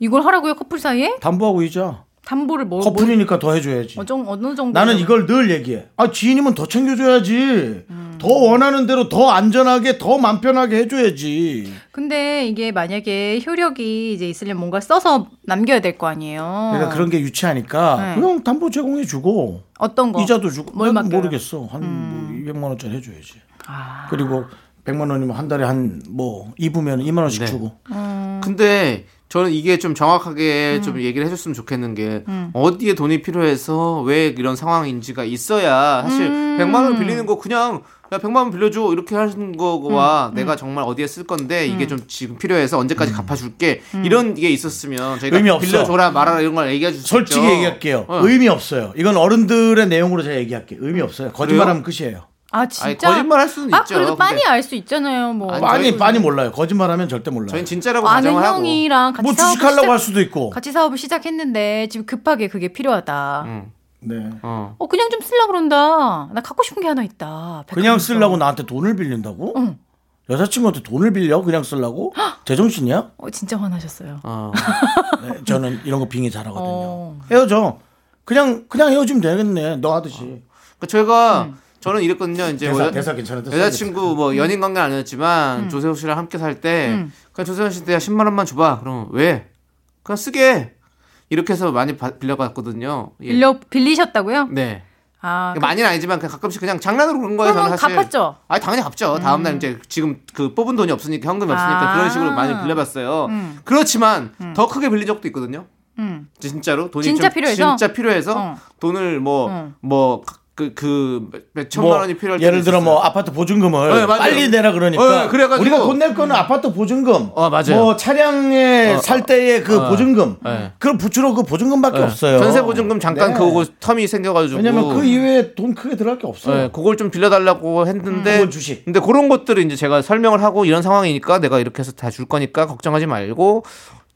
이걸 하라고요 커플 사이에?
담보하고 이자.
담보를 뭐
커플이니까 더 해줘야지.
뭐, 어정, 어느 정도
나는 이걸 늘 얘기해. 아 지인이면 더 챙겨줘야지.
음.
더 원하는 대로 더 안전하게 더 맘 편하게 해줘야지.
근데 이게 만약에 효력이 이제 있으려면 뭔가 써서 남겨야 될 거 아니에요.
내가 그러니까 그런 게 유치하니까
어. 네.
그냥 담보 제공해주고
어떤 거?
이자도 주고
뭐 뭘
난
맡겨요? 음. 아.
모르겠어 한뭐 200만 원짜리 해줘야지. 그리고 100만 원이면 한 달에 한 뭐 입으면 2만 원씩
네.
주고.
근데 저는 이게 좀
음.
정확하게 좀 얘기를 해줬으면 좋겠는 게 어디에 돈이 필요해서 왜 이런 상황인지가 있어야 사실
음.
100만 원을 빌리는 거 그냥 야 100만 원 빌려줘 이렇게 하는
음.
거와 내가 정말 어디에 쓸 건데 이게 좀 지금 필요해서 언제까지 갚아줄게
음.
이런 게 있었으면 저희가
음. 의미 없어.
빌려줘라 말아라 이런 걸 얘기해 주시죠
솔직히 얘기할게요.
어.
의미 없어요. 이건 어른들의 내용으로 제가 얘기할게요. 의미 없어요. 거짓말하면 끝이에요.
아
아니,
진짜?
거짓말 할 수는
아,
있죠
그래도 빤히
근데
알 수 있잖아요. 뭐
아니,
빤히
저희는-
빤히 몰라요. 거짓말하면 절대 몰라요.
저희는 진짜라고
아는
가정을 하고
형이랑 같이
뭐
사업을
주식하려고
시작-
할 수도 있고.
같이 사업을 시작했는데 지금 급하게 그게 필요하다.
네.
어.
어 그냥 좀 쓰려 그런다. 나 갖고 싶은 게 하나 있다. 백화점
그냥
있어.
쓰려고 나한테 돈을 빌린다고?
응.
여자친구한테 돈을 빌려? 그냥 쓰려고? 제정신이야?
어, 진짜 화나셨어요.
어.
네, 저는 이런 거 빙의 잘하거든요.
어.
헤어져. 그냥 그냥 헤어지면 되겠네. 너 하듯이.
그러니까 저희가 저는 이랬거든요 이제 뭐
대사
여-
대사 괜찮은데.
여자친구 뭐 연인 관계 는 아니었지만 조세호 씨랑 함께 살 때 그냥 조세호 씨한테 10만 원만 줘봐. 그럼 왜? 그냥 쓰게. 이렇게 해서 많이 바- 빌려봤거든요. 예.
빌려 빌리셨다고요?
네.
아
그러니까 많이는 아니지만 그냥 가끔씩 그냥 장난으로 그런 거예요. 저는
그러면
사실.
갚았죠.
아니 당연히 갚죠. 다음 날 이제 지금 그 뽑은 돈이 없으니까 현금이 없으니까
아.
그런 식으로 많이 빌려봤어요. 그렇지만 더 크게 빌린 적도 있거든요.
음.
진짜로 돈이
진짜
좀
필요해서?
진짜 필요해서
어.
돈을 뭐 그,
응.
뭐그그몇 천만
뭐
원이 필요할
예를
때도
들어
있었어요.
뭐 아파트 보증금을
네, 맞아요.
빨리 내라 그러니까
네, 그래가지고-
우리가 돈 낼 거는 아파트 보증금,
어, 맞아요.
뭐 차량에
어,
살 때의 그
어,
보증금,
네.
그럼 부추로 그 보증금밖에 없어요.
전세 보증금 잠깐
네.
그거 텀이 생겨가지고
왜냐면 그 이외에 돈 크게 들어갈 게 없어요.
네, 그걸 좀 빌려달라고
음.
했는데
그건 주식.
근데 그런 것들을 이제 제가 설명을 하고 이런 상황이니까 내가 이렇게 해서 다 줄 거니까 걱정하지 말고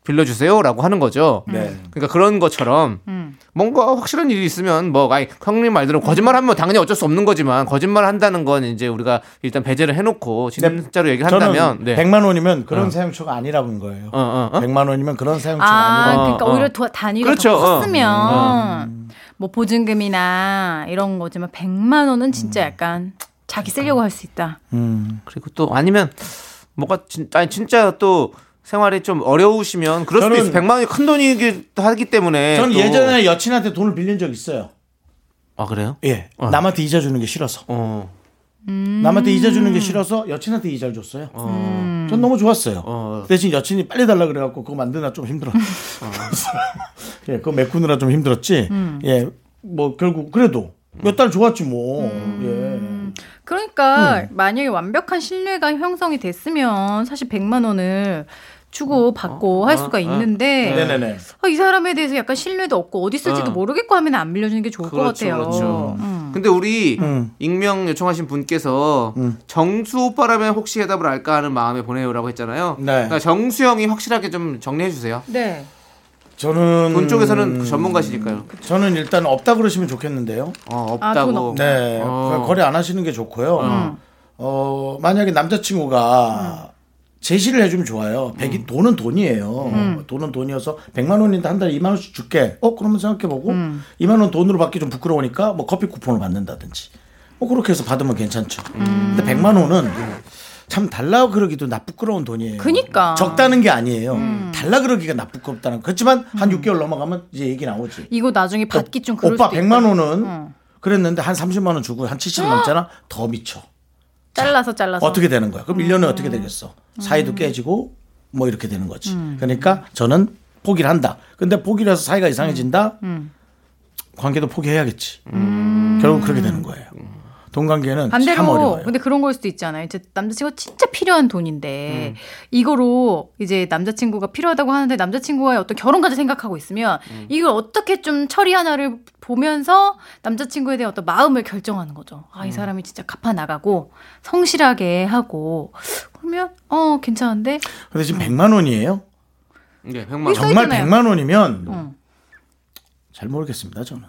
빌려주세요라고 하는 거죠.
음. 네.
그러니까 그런 것처럼 뭔가 확실한 일이 있으면 뭐 아이 형님 말대로 거짓말하면 당연히 어쩔 수 없는 거지만 거짓말 한다는 건 이제 우리가 일단 배제를 해놓고 진짜로 얘기를 한다면
저는
네.
100만 원이면 그런 사용처가 아니라는 거예요.
어, 어, 어?
100만 원이면 그런 사용처가
아,
아니라
그러니까
어,
오히려
어.
도- 단위를
그렇죠,
더
어.
컸으면 뭐 보증금이나 이런 거지만 100만 원은 진짜 약간 자기 쓰려고 할 수 있다.
그리고 또 아니면 뭐가 진, 아니 진짜 또 생활이 좀 어려우시면 그럴 수도
저는-
있어요. 100만 원이 큰 돈이기 하기 때문에
저는
네, 또-
예전에 여친한테 돈을 빌린 적 있어요.
아 그래요?
예. 남한테 이자 주는 게 싫어서.
어.
남한테 이자 주는 게 싫어서 여친한테 이자를 줬어요.
음.
전 너무 좋았어요.
어.
대신 여친이 빨리 달라 그래갖고 그거 만드나 좀 힘들어. 예, 그거 메꾸느라 좀 힘들었지. 예, 뭐 결국 그래도 몇 달 좋았지 뭐. 예.
그러니까 만약에 완벽한 신뢰가 형성이 됐으면 사실 100만 원을 주고 받고 할 수가 있는데
어. 네네네.
아, 이 사람에 대해서 약간 신뢰도 없고 어디
어.
쓸지도 모르겠고 하면 안 빌려주는 게 좋을 것
그렇죠,
같아요.
그렇죠.
음.
근데 우리
음.
익명 요청하신 분께서 정수 오빠라면 혹시 해답을 알까 하는 마음에 보내요라고 했잖아요.
네.
그러니까 정수 형이 확실하게 좀 정리해 주세요.
네.
저는
돈 쪽에서는 그 전문가시니까요.
저는 일단 없다 그러시면 좋겠는데요.
어,
아, 돈
없다고.
네,
어.
거래 안 하시는 게 좋고요. 어, 만약에 남자친구가 제시를 해주면 좋아요. 백이
음.
돈은 돈이에요. 돈은 돈이어서 100만 원인데 한 달에 2만 원씩 줄게. 어, 그러면 생각해보고
음.
2만 원 돈으로 받기 좀 부끄러우니까 뭐 커피 쿠폰을 받는다든지. 뭐 그렇게 해서 받으면 괜찮죠.
음.
근데 100만 원은 참 달라 그러기도 나 부끄러운 돈이에요.
그니까. 음.
적다는 게 아니에요. 달라 그러기가 나 부끄럽다는. 거. 그렇지만 한 6개월 넘어가면 이제 얘기 나오지.
이거 나중에 받기 좀 그럴
오빠
수도
100만
있거든. 어.
원은
응.
그랬는데 한 30만 원 주고 한 70 남잖아. 더 미쳐.
잘라서 잘라서
어떻게 되는 거야? 그럼 1년에 어떻게
음.
되겠어? 사이도 깨지고 뭐 이렇게 되는 거지.
음.
그러니까 저는 포기를 한다. 근데 포기를 해서 사이가 이상해진다?
음.
관계도 포기해야겠지. 결국 그렇게 되는 거예요. 돈 관계는 음, 참
반대로
어려워요.
근데 그런 걸 수도 있잖아요. 이제 남자친구가 진짜 필요한
음.
돈인데 이거로 이제 남자친구가 필요하다고 하는데 남자친구와의 어떤 결혼까지 생각하고 있으면
음.
이걸 어떻게 좀 처리 하나를 보면서 남자친구에 대한 어떤 마음을 결정하는 거죠. 아 이 사람이 진짜 갚아 나가고 성실하게 하고 그러면 어 괜찮은데
근데 지금 100만 원이에요?
네, 100만 원.
써
정말
있잖아요.
100만 원이면
응.
잘 모르겠습니다, 저는.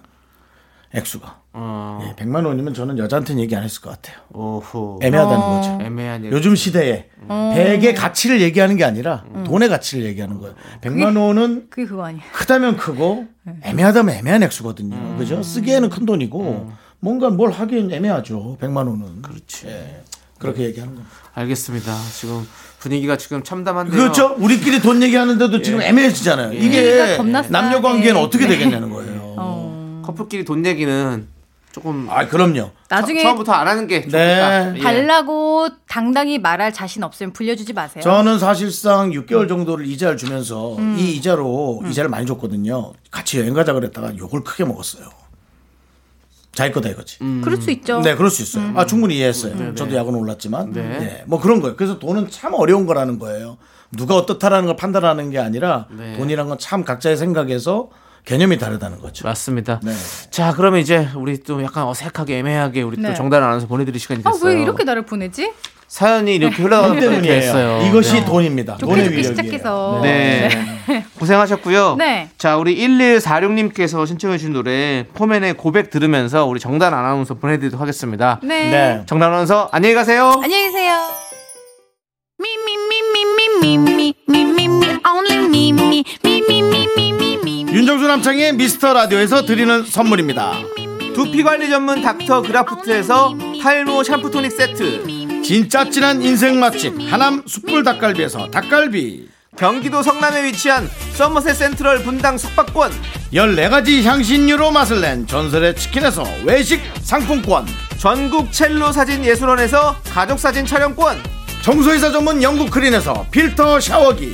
액수가.
어.
예, 100만 원이면 저는 여자한테는 얘기 안 했을 것 같아요.
오호.
애매하다는 거죠.
애매한 얘기.
요즘 시대에
음.
100의 가치를 얘기하는 게 아니라 돈의 가치를 얘기하는 거예요. 100만 원은
그게 그거 아니에요.
크다면 크고 애매하다면 애매한 액수거든요. 그죠? 쓰기에는 큰 돈이고 뭔가 뭘 하긴 애매하죠. 100만 원은. 음. 그렇지. 그렇게 얘기하는 겁니다.
알겠습니다. 지금 분위기가 지금 참담한데요.
그렇죠. 우리끼리 돈 얘기하는데도 지금 애매해지잖아요.
분위기가
이게
겁나 싸네.
남녀 관계는 그러니까 예. 어떻게
네.
되겠냐는 거예요.
커플끼리 돈 얘기는 조금
아, 그럼요.
나중에
처, 음부터안 하는 게 좋겠다.
네.
예.
달라고 당당히 말할 자신 없으면 불려주지 마세요. 음.
저는 사실상 6개월 정도를 이자를 주면서 이 이자로 이자를 많이 줬거든요. 같이 여행 가자 그랬다가 욕을 크게 먹었어요. 자기 거다 이거지.
그럴 수 있죠.
네, 그럴 수 있어요.
음.
아, 충분히 이해했어요. 저도 야근 올랐지만. 네. 뭐 그런 거예요. 그래서 돈은 참 어려운 거라는 거예요. 누가 어떻다라는 걸 판단하는 게 아니라
네.
돈이란 건 참 각자의 생각에서 개념이 다르다는 거죠.
맞습니다.
네.
자, 그러면 이제 우리 또 약간 어색하게 애매하게 우리 또
네.
정답을 안아서 보내드릴 시간이
아,
됐어요.
왜 이렇게 나를 보내지?
사연이 이렇게 흘러가고 이렇게
네. 때문이에요.
했어요.
이것이
네.
돈입니다.
좋게
돈의
좋게
위력이에요.
시작해서.
네. 고생하셨고요.
네.
자, 우리 1146님께서 신청해주신 노래 포맨의 고백 들으면서 우리 정단 아나운서 보내드리도록 하겠습니다.
네.
네.
정단 아나운서 안녕히 가세요.
안녕히 계세요.
윤정수 남창의 미스터 라디오에서 드리는 선물입니다.
두피 관리 전문 닥터 그라프트에서 탈모 샴푸 토닉 세트.
진짜 진한 인생 맛집 하남 숯불 닭갈비에서 닭갈비
경기도 성남에 위치한 서머셋 센트럴 분당 숙박권.
14가지 향신료로 맛을 낸 전설의 치킨에서 외식 상품권
전국 첼로 사진 예술원에서 가족 사진 촬영권.
청소이사 전문 영국 크린에서 필터 샤워기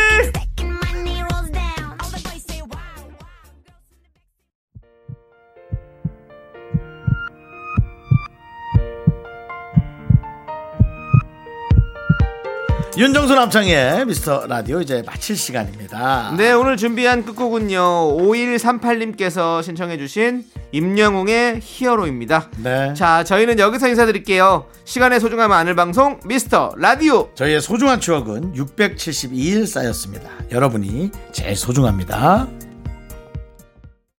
윤정수 남창의 미스터 라디오 이제 마칠 시간입니다
네, 오늘 준비한 끝곡은요. 5138님께서 신청해주신 임영웅의 히어로입니다.
네.
자, 저희는 여기서 인사드릴게요. 시간의 소중함 아는 방송, 미스터 라디오!
저희의 소중한 추억은 672일 쌓였습니다 여러분이 제일 소중합니다